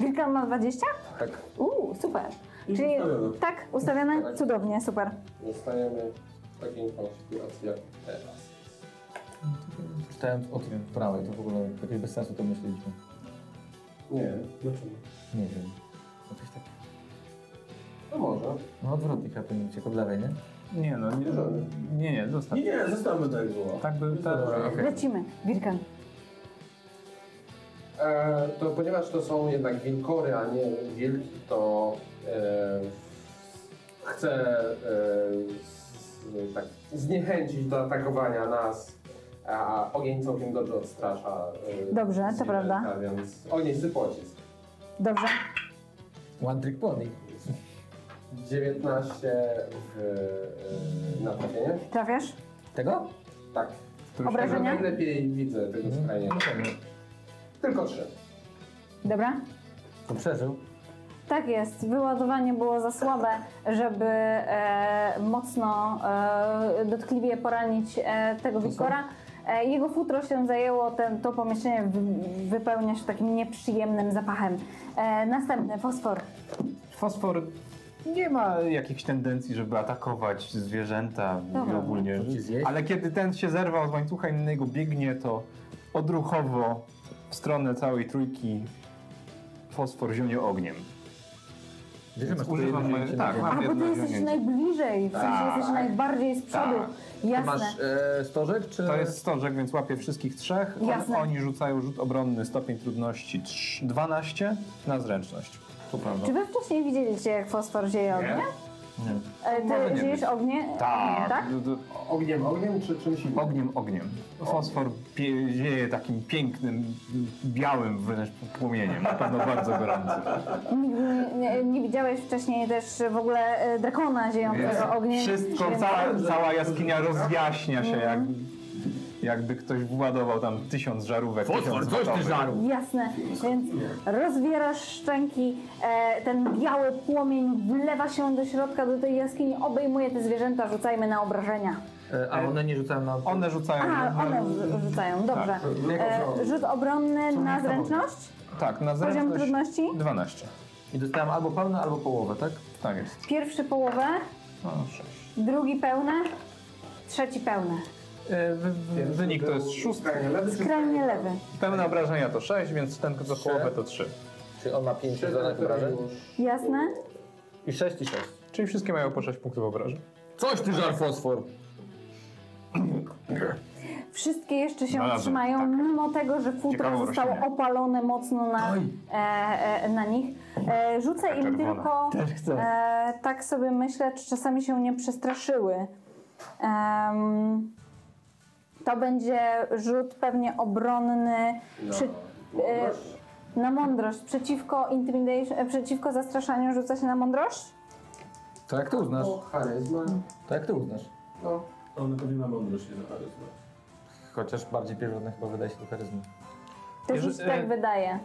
Wilkor ma 20? Tak. Uuu, super. I Czyli ustawione. tak, ustawione? Cudownie, super. Dostajemy takiej konspiracji jak teraz. Czytając od prawej, to w ogóle jakieś bez sensu to myśleliśmy. Nie, dlaczego? Nie wiem. Jakieś tak. takie. No może. No odwrotnie chyba powinien uciekł od lewej, nie? Nie no, nie, nie, nie, zostaw. Nie, nie, zostawmy tak było. Tak by... Tak, Lecimy. Wilkan. E, to ponieważ to są jednak wilkory, a nie wilki, to e, chcę e, z, tak, zniechęcić do atakowania nas, a ogień całkiem dobrze odstrasza. E, Dobrze, to zwierzęta, prawda. Więc ogień z pocisk. Dobrze. One trick pony. 19 w, e, na trafienie. Trafiasz? Tego? Tak. Tego Obrażenia? najlepiej widzę tego skrajnie. No pewnie. Tylko trzy. Dobra. To przeżył. Tak jest. Wyładowanie było za słabe, żeby e, mocno e, dotkliwie poranić e, tego wilkora. E, jego futro się zajęło, ten, to pomieszczenie wy- wypełnia się takim nieprzyjemnym zapachem. E, następny, fosfor. Fosfor nie ma jakichś tendencji, żeby atakować zwierzęta i Dobra. ogólnie. To cię zjeść? Ale kiedy ten się zerwał z łańcucha i na niego biegnie, to odruchowo w stronę całej trójki fosfor zionie ogniem. Wiesz, masz Używam jedno mojej- zdjęcie tak, na A mam. bo ty jedno jesteś zielnięcie. najbliżej, w sensie Tak. jesteś najbardziej z przodu. Tak. Ty Jasne. masz e, stożek, czy... To jest stożek, więc łapie wszystkich trzech. On, Jasne. oni rzucają rzut obronny, stopień trudności trz- 12 na zręczność. To prawda. Czy wy wcześniej widzieliście, jak fosfor zieje ognia? E, Ty Może nie dzielisz być. ognie? Tak. tak? d- d- Ogniem, ogniem czy czymś innym? Ogniem, ogniem. Fosfor pie- zieje takim pięknym, białym wręcz płomieniem. Na pewno bardzo gorący. Nigdy nie, nie, nie widziałeś wcześniej też w ogóle e, drakona Więc ziejącego ogniem. Wszystko, Więc- cała, cała jaskinia rozjaśnia No. się, jak, jakby ktoś władował tam tysiąc żarówek. Fosfor, tysiąc coś ty watowych. żarł. Jasne, więc rozwierasz szczęki, e, ten biały płomień wlewa się do środka, do tej jaskini, obejmuje te zwierzęta, rzucajmy na obrażenia. E, A one nie rzucają na... One rzucają. A, one rzu- Tak, rzucają, dobrze. E, rzut obronny na zręczność, Tak, na poziom zewnątrz. trudności. 12. I dostałem albo pełne, albo połowę, tak? Tak jest. Pierwszy połowę, No, sześć. drugi pełne, trzeci pełne. E, wy- wy- Wynik to jest 6. Skrajnie lewy czy Skrajnie lewy. Pełne obrażenia to 6, więc ten co połowę to 3. Czy on ma 5 Siedem zadań to obrażeń? już. Jasne? I 6 i 6. Czyli wszystkie mają po 6 punktów obrażeń. Coś ty żar fosfor! Wszystkie jeszcze się Znalazłem, trzymają, tak. mimo tego, że futro Ciekawą zostało roślinę. opalone mocno na, e, e, na nich. E, rzucę im czerwona. tylko, e, tak sobie myślę, czy czasami się nie przestraszyły. Em, to będzie rzut pewnie obronny przy, e, na mądrość. Przeciwko, intimidation, e, przeciwko zastraszaniu rzuca się na mądrość? To jak ty uznasz? No, charyzma. To jak ty uznasz? No, One pewnie na mądrość nie na charyzmę. Chociaż bardziej pierworodne chyba wydaje się do charyzmy. Też Jeże- mi się tak e, wydaje.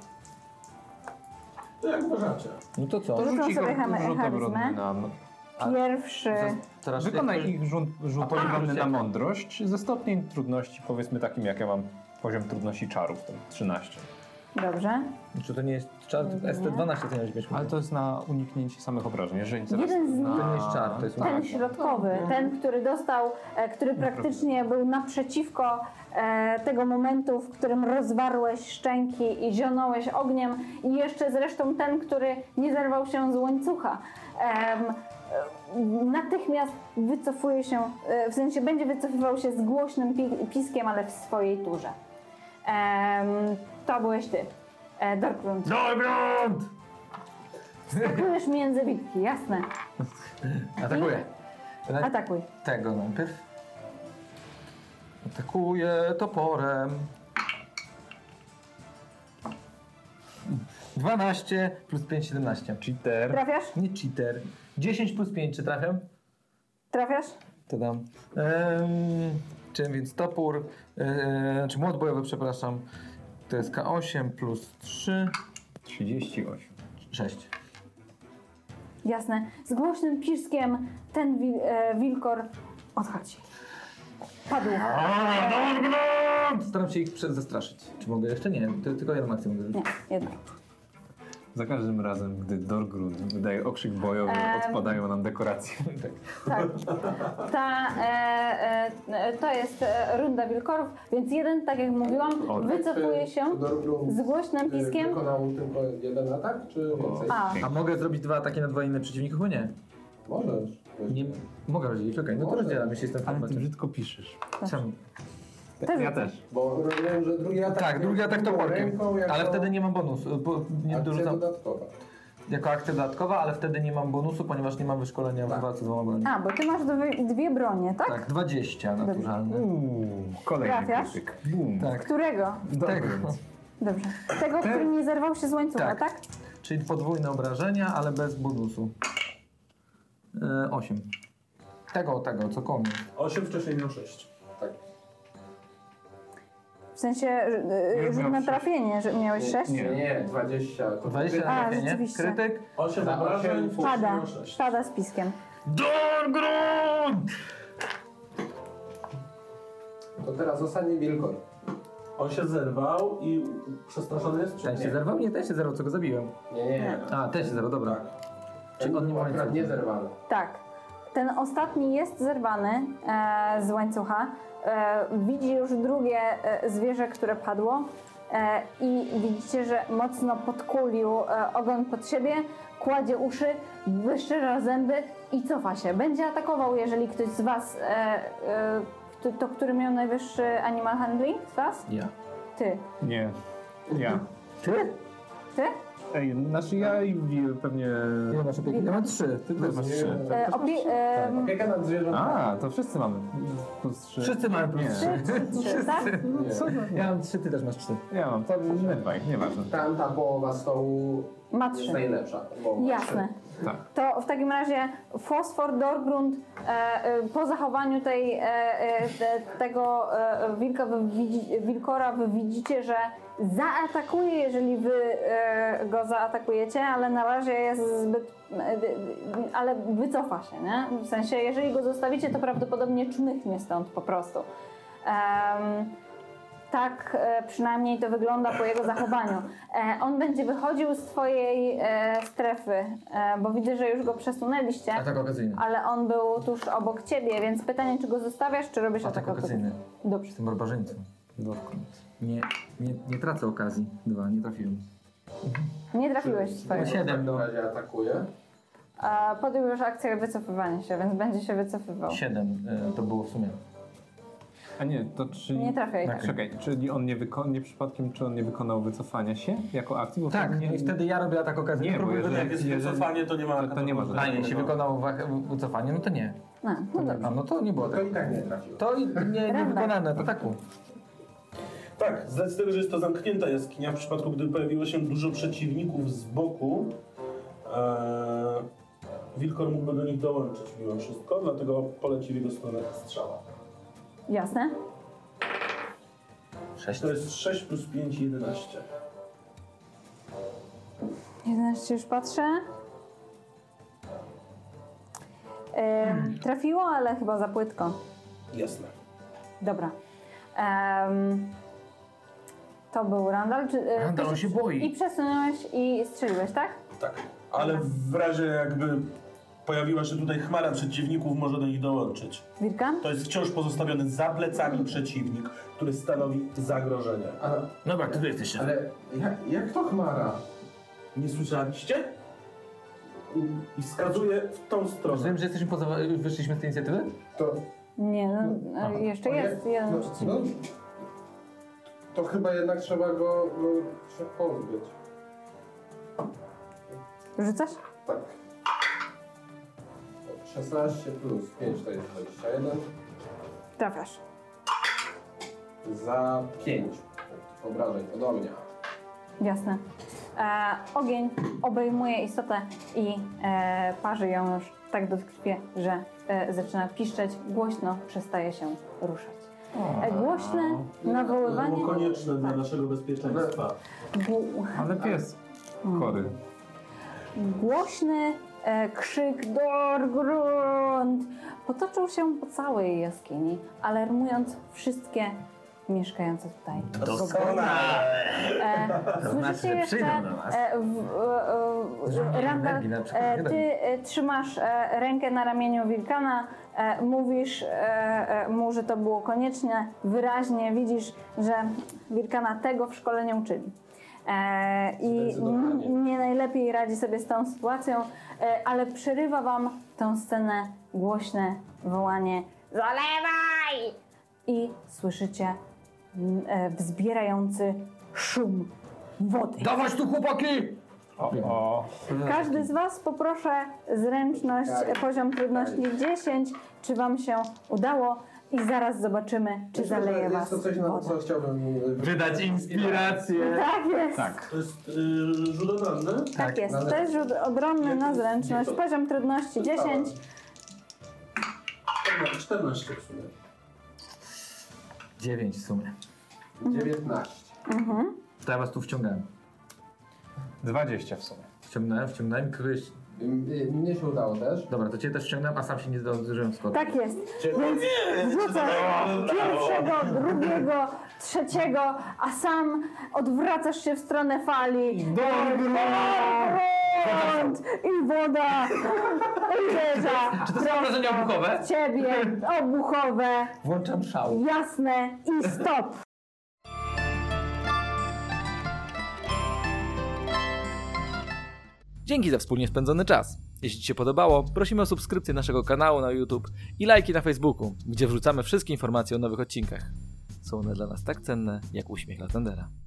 No jak uważacie? No to co? Rzucam Rzuć ich sobie chamy- rzut obronny charyzmę. na... a- Pierwszy. Teraz Wykonaj ich rzut, A, rzut obronny tak. na mądrość ze stopniem trudności, powiedzmy takim jak ja mam poziom trudności czarów, tam 13. Dobrze. Czy to nie jest czar? To ST12 to nie będzie mieć. Ale to jest na uniknięcie samych obrażeń, jeżeli teraz... Tak. Jeden z nich na- To nie jest czar, to jest Ten środkowy, ten, który dostał, e, który praktycznie był naprzeciwko e, tego momentu, w którym rozwarłeś szczęki i zionąłeś ogniem, i jeszcze zresztą ten, który nie zerwał się z łańcucha. Em, e, natychmiast wycofuje się, e, w sensie będzie wycofywał się z głośnym pi- piskiem, ale w swojej turze. Em, to byłeś ty. E, Dorkrunt. Dobrąd! Atakujesz między bitki, jasne. Atakuję. Atakuj. Tego najpierw. Atakuję toporem. 12 plus 5, 17. Cheater. Trafiasz? Nie cheater. 10 plus 5, czy trafiam? Trafiasz? To dam. Ehm, czym więc topór, ehm, czy młot bojowy, przepraszam. To jest K8 plus 3, 38. 6. Jasne. Z głośnym piskiem ten wi- e, wilkor odchodzi. Padł. Staram się ich przed zastraszyć. Czy mogę jeszcze? Nie, ty, tylko jedną akcję mogę Nie, zrobić. jedno. Za każdym razem, gdy Dorgrun wydaje okrzyk bojowy, Em. odpadają nam dekoracje. Tak. Ta, e, e, e, to jest e, runda wilkorów, więc jeden, tak jak mówiłam, O, wycofuje czy- się czy Dorgrun, z głośnym y, piskiem. Wykonał tylko jeden atak, czy No. więcej? A, A mogę zrobić dwa ataki na dwa inne przeciwników? Bo nie. Możesz. nie mogę rozdzielić, okej, no to Może. rozdzielam, jeśli jestem w kombacie. brzydko piszesz. Czemu? też Ja rzucę. też. Bo rozumiem, że drugi atak... Tak, drugi atak drugą toporkiem. ręką jako Ale wtedy nie mam bonusu, bo nie akcja dorzucam dodatkowa. jako akcja dodatkowa, ale wtedy nie mam bonusu, ponieważ nie mam wyszkolenia w walce z dwoma broniami. A, bo ty masz dwie, dwie bronie, tak? Tak, Mm. 20 naturalne. Uuu, kolejny Trafiasz? krytyk. Bum. Tak. Którego? Dorgrun. Tego. Dobrze. Tego, który nie zerwał się z łańcucha, Tak. tak? Czyli podwójne obrażenia, ale bez bonusu. E, 8. Tego, tego, cokolwiek. 8 wcześniej miał 6. Tak. W sensie e, Już rzut miał na sześć. trafienie, że miałeś sześć? Nie, nie, 20. 20 na A, trafienie, rzeczywiście. krytyk. 8 Za obrażeń, osiem wcześniej Pada, miał 6. pada z piskiem. Dorgrund! To teraz ostatni wilkor. On się zerwał i przestraszony jest? czy Ten nie? się zerwał? Nie, ten się zerwał, co go zabiłem. Nie, nie, nie. A, ten się zerwał, dobra. Czy on nie ma Akurat łańcucha? nie zerwany. Tak. Ten ostatni jest zerwany e, z łańcucha. E, widzi już drugie e, zwierzę, które padło. E, I widzicie, że mocno podkulił e, ogon pod siebie, kładzie uszy, wyszczera zęby i cofa się. Będzie atakował, jeżeli ktoś z Was. E, e, to, to który miał najwyższy animal handling z Was? Ja. Ty. Nie. Ja. Ty? E, Ej, znaczy ja i Wil pewnie... Ile masz opieki? Ja mam trzy, ty też masz trzy. E, opie- e, Opieka nad zwierzętami. A, to wszyscy mamy. Plus trzy. Wszyscy mają plus Nie. trzy. trzy, tak? Co? Ja, Ja mam trzy, ty też masz trzy. ja mam, to my dwaj, nieważne. Tam ta połowa stołu Ma jest trzy. najlepsza. połowa. Jasne. Tak. To w takim razie fosfor, dorgrund, e, e, po zachowaniu tej, e, e, te, tego e, wilka wy widzi, wilkora wy widzicie, że zaatakuje, jeżeli wy e, go zaatakujecie, ale na razie jest zbyt... E, d- d- ale wycofa się, nie? W sensie, jeżeli go zostawicie, to prawdopodobnie czmychnie stąd po prostu. Em, tak e, przynajmniej to wygląda po jego zachowaniu. E, on będzie wychodził z twojej e, strefy, e, bo widzę, że już go przesunęliście, Atak okazyjny. ale on był tuż obok ciebie, więc pytanie, czy go zostawiasz, czy robisz Atak atak okazyjny. Dobrze. Jestem barbarzyńcą. Nie, nie, nie tracę okazji. Dwa, nie trafiłem. Nie trafiłeś w W swojego. Siedem, takim no. razie atakuje. E, podjął już akcję wycofywania się, więc będzie się wycofywał. Siedem e, to było w sumie. A nie, to czy... Nie trafiaj. Tak. Czekaj, czyli on nie wykonał, nie przypadkiem, czy on nie wykonał wycofania się jako akcji? Bo Tak, wtedy i wtedy ja robię atak okazyjny. Nie, bo Próbuję jeżeli- wygrać. Jak jest jeżeli- wycofanie, to nie ma... no, to- to nie ma A żadnego. nie, jeśli wykonał wa- wycofanie, no to nie. No, no dobrze. A no to nie było To tak. i tak nie trafiło. To i- nie, nie Randa. wykonane, to taku. Tak, z racji tego, że jest to zamknięta jaskinia, w przypadku gdy pojawiło się dużo przeciwników z boku, e, Wilkor mógłby do nich dołączyć mimo wszystko, dlatego poleci w jego stronę strzała. Jasne? Sześć. To jest 6 plus 5, 11. 11 już patrzę. E, trafiło, ale chyba za płytko. Jasne. Dobra. Em, to był Randall. Czy, e, Randall, on ty się boi. I przesunąłeś i strzeliłeś, tak? Tak. Ale w razie jakby pojawiła się tutaj chmara przeciwników, może do nich dołączyć. Wilka? To jest wciąż pozostawiony za plecami przeciwnik, który stanowi zagrożenie. Ale, Dobra, ty tu jesteś szef. ale jak, jak to chmara? Nie słyszeliście? I wskazuje w tą stronę. Rozumiem, że jesteśmy poza, wyszliśmy z tej inicjatywy? To, Nie, no, e, jeszcze to jest nie- jeden no, przeciwnik. no, To chyba jednak trzeba go, go się pozbyć. Rzucasz? Tak. 16 plus 5 to jest 21. Trafiasz. Za 5 obrażeń ode mnie. Jasne. E, ogień obejmuje istotę i e, parzy ją już tak do krwi, że e, zaczyna piszczeć, głośno przestaje się ruszać. E, głośne To nawoływanie. było konieczne dla naszego bezpieczeństwa. Gł- Ale pies chory. Głośny e, krzyk Dorgrund potoczył się po całej jaskini, alarmując wszystkie mieszkające tutaj. E, znaczy, słyszycie że jeszcze, przyjdą do nas. e, w, e, e, Randall, energii na przykład, e, nie ty e, trzymasz e, rękę na ramieniu Wilkana, e, mówisz e, e, mu, że to było konieczne, wyraźnie widzisz, że Wilkana tego w szkole nie uczyli. E, I Zdecydowanie. n- nie najlepiej radzi sobie z tą sytuacją, e, ale przerywa wam tą scenę głośne wołanie Zalewaj! I słyszycie m, e, wzbierający szum wody. Dawać tu chłopaki! O, o. Każdy z Was poproszę zręczność, Tak. e, poziom trudności 10, czy Wam się udało i zaraz zobaczymy, czy Myślę, że zaleje jest Was to coś, na woda. co chciałbym y, Wydać inspirację. Tak jest, tak, Tak. To jest yy, rzut obronny? jest. na To jest rzut ogromny na zręczność, poziom trudności 10, 14 w sumie. Dziewięć w sumie. 19. To ja was tu wciągałem. 20 w sumie. Wciągnąłem, wciągnąłem, kogoś... Y, y, Mnie się udało też. Dobra, to cię też wciągnąłem, a sam się nie zdążyłem skoczyć. tak jest. Więc rzucę tak? pierwszego, No. drugiego, trzeciego, a sam odwracasz się w stronę fali. Prąd I woda uderza Czy to są wrażenia obuchowe? w ciebie, obuchowe, Włączam szał. jasne i stop. Dzięki za wspólnie spędzony czas. Jeśli Ci się podobało, prosimy o subskrypcję naszego kanału na YouTube i lajki na Facebooku, gdzie wrzucamy wszystkie informacje o nowych odcinkach. Są one dla nas tak cenne jak uśmiech Latendera.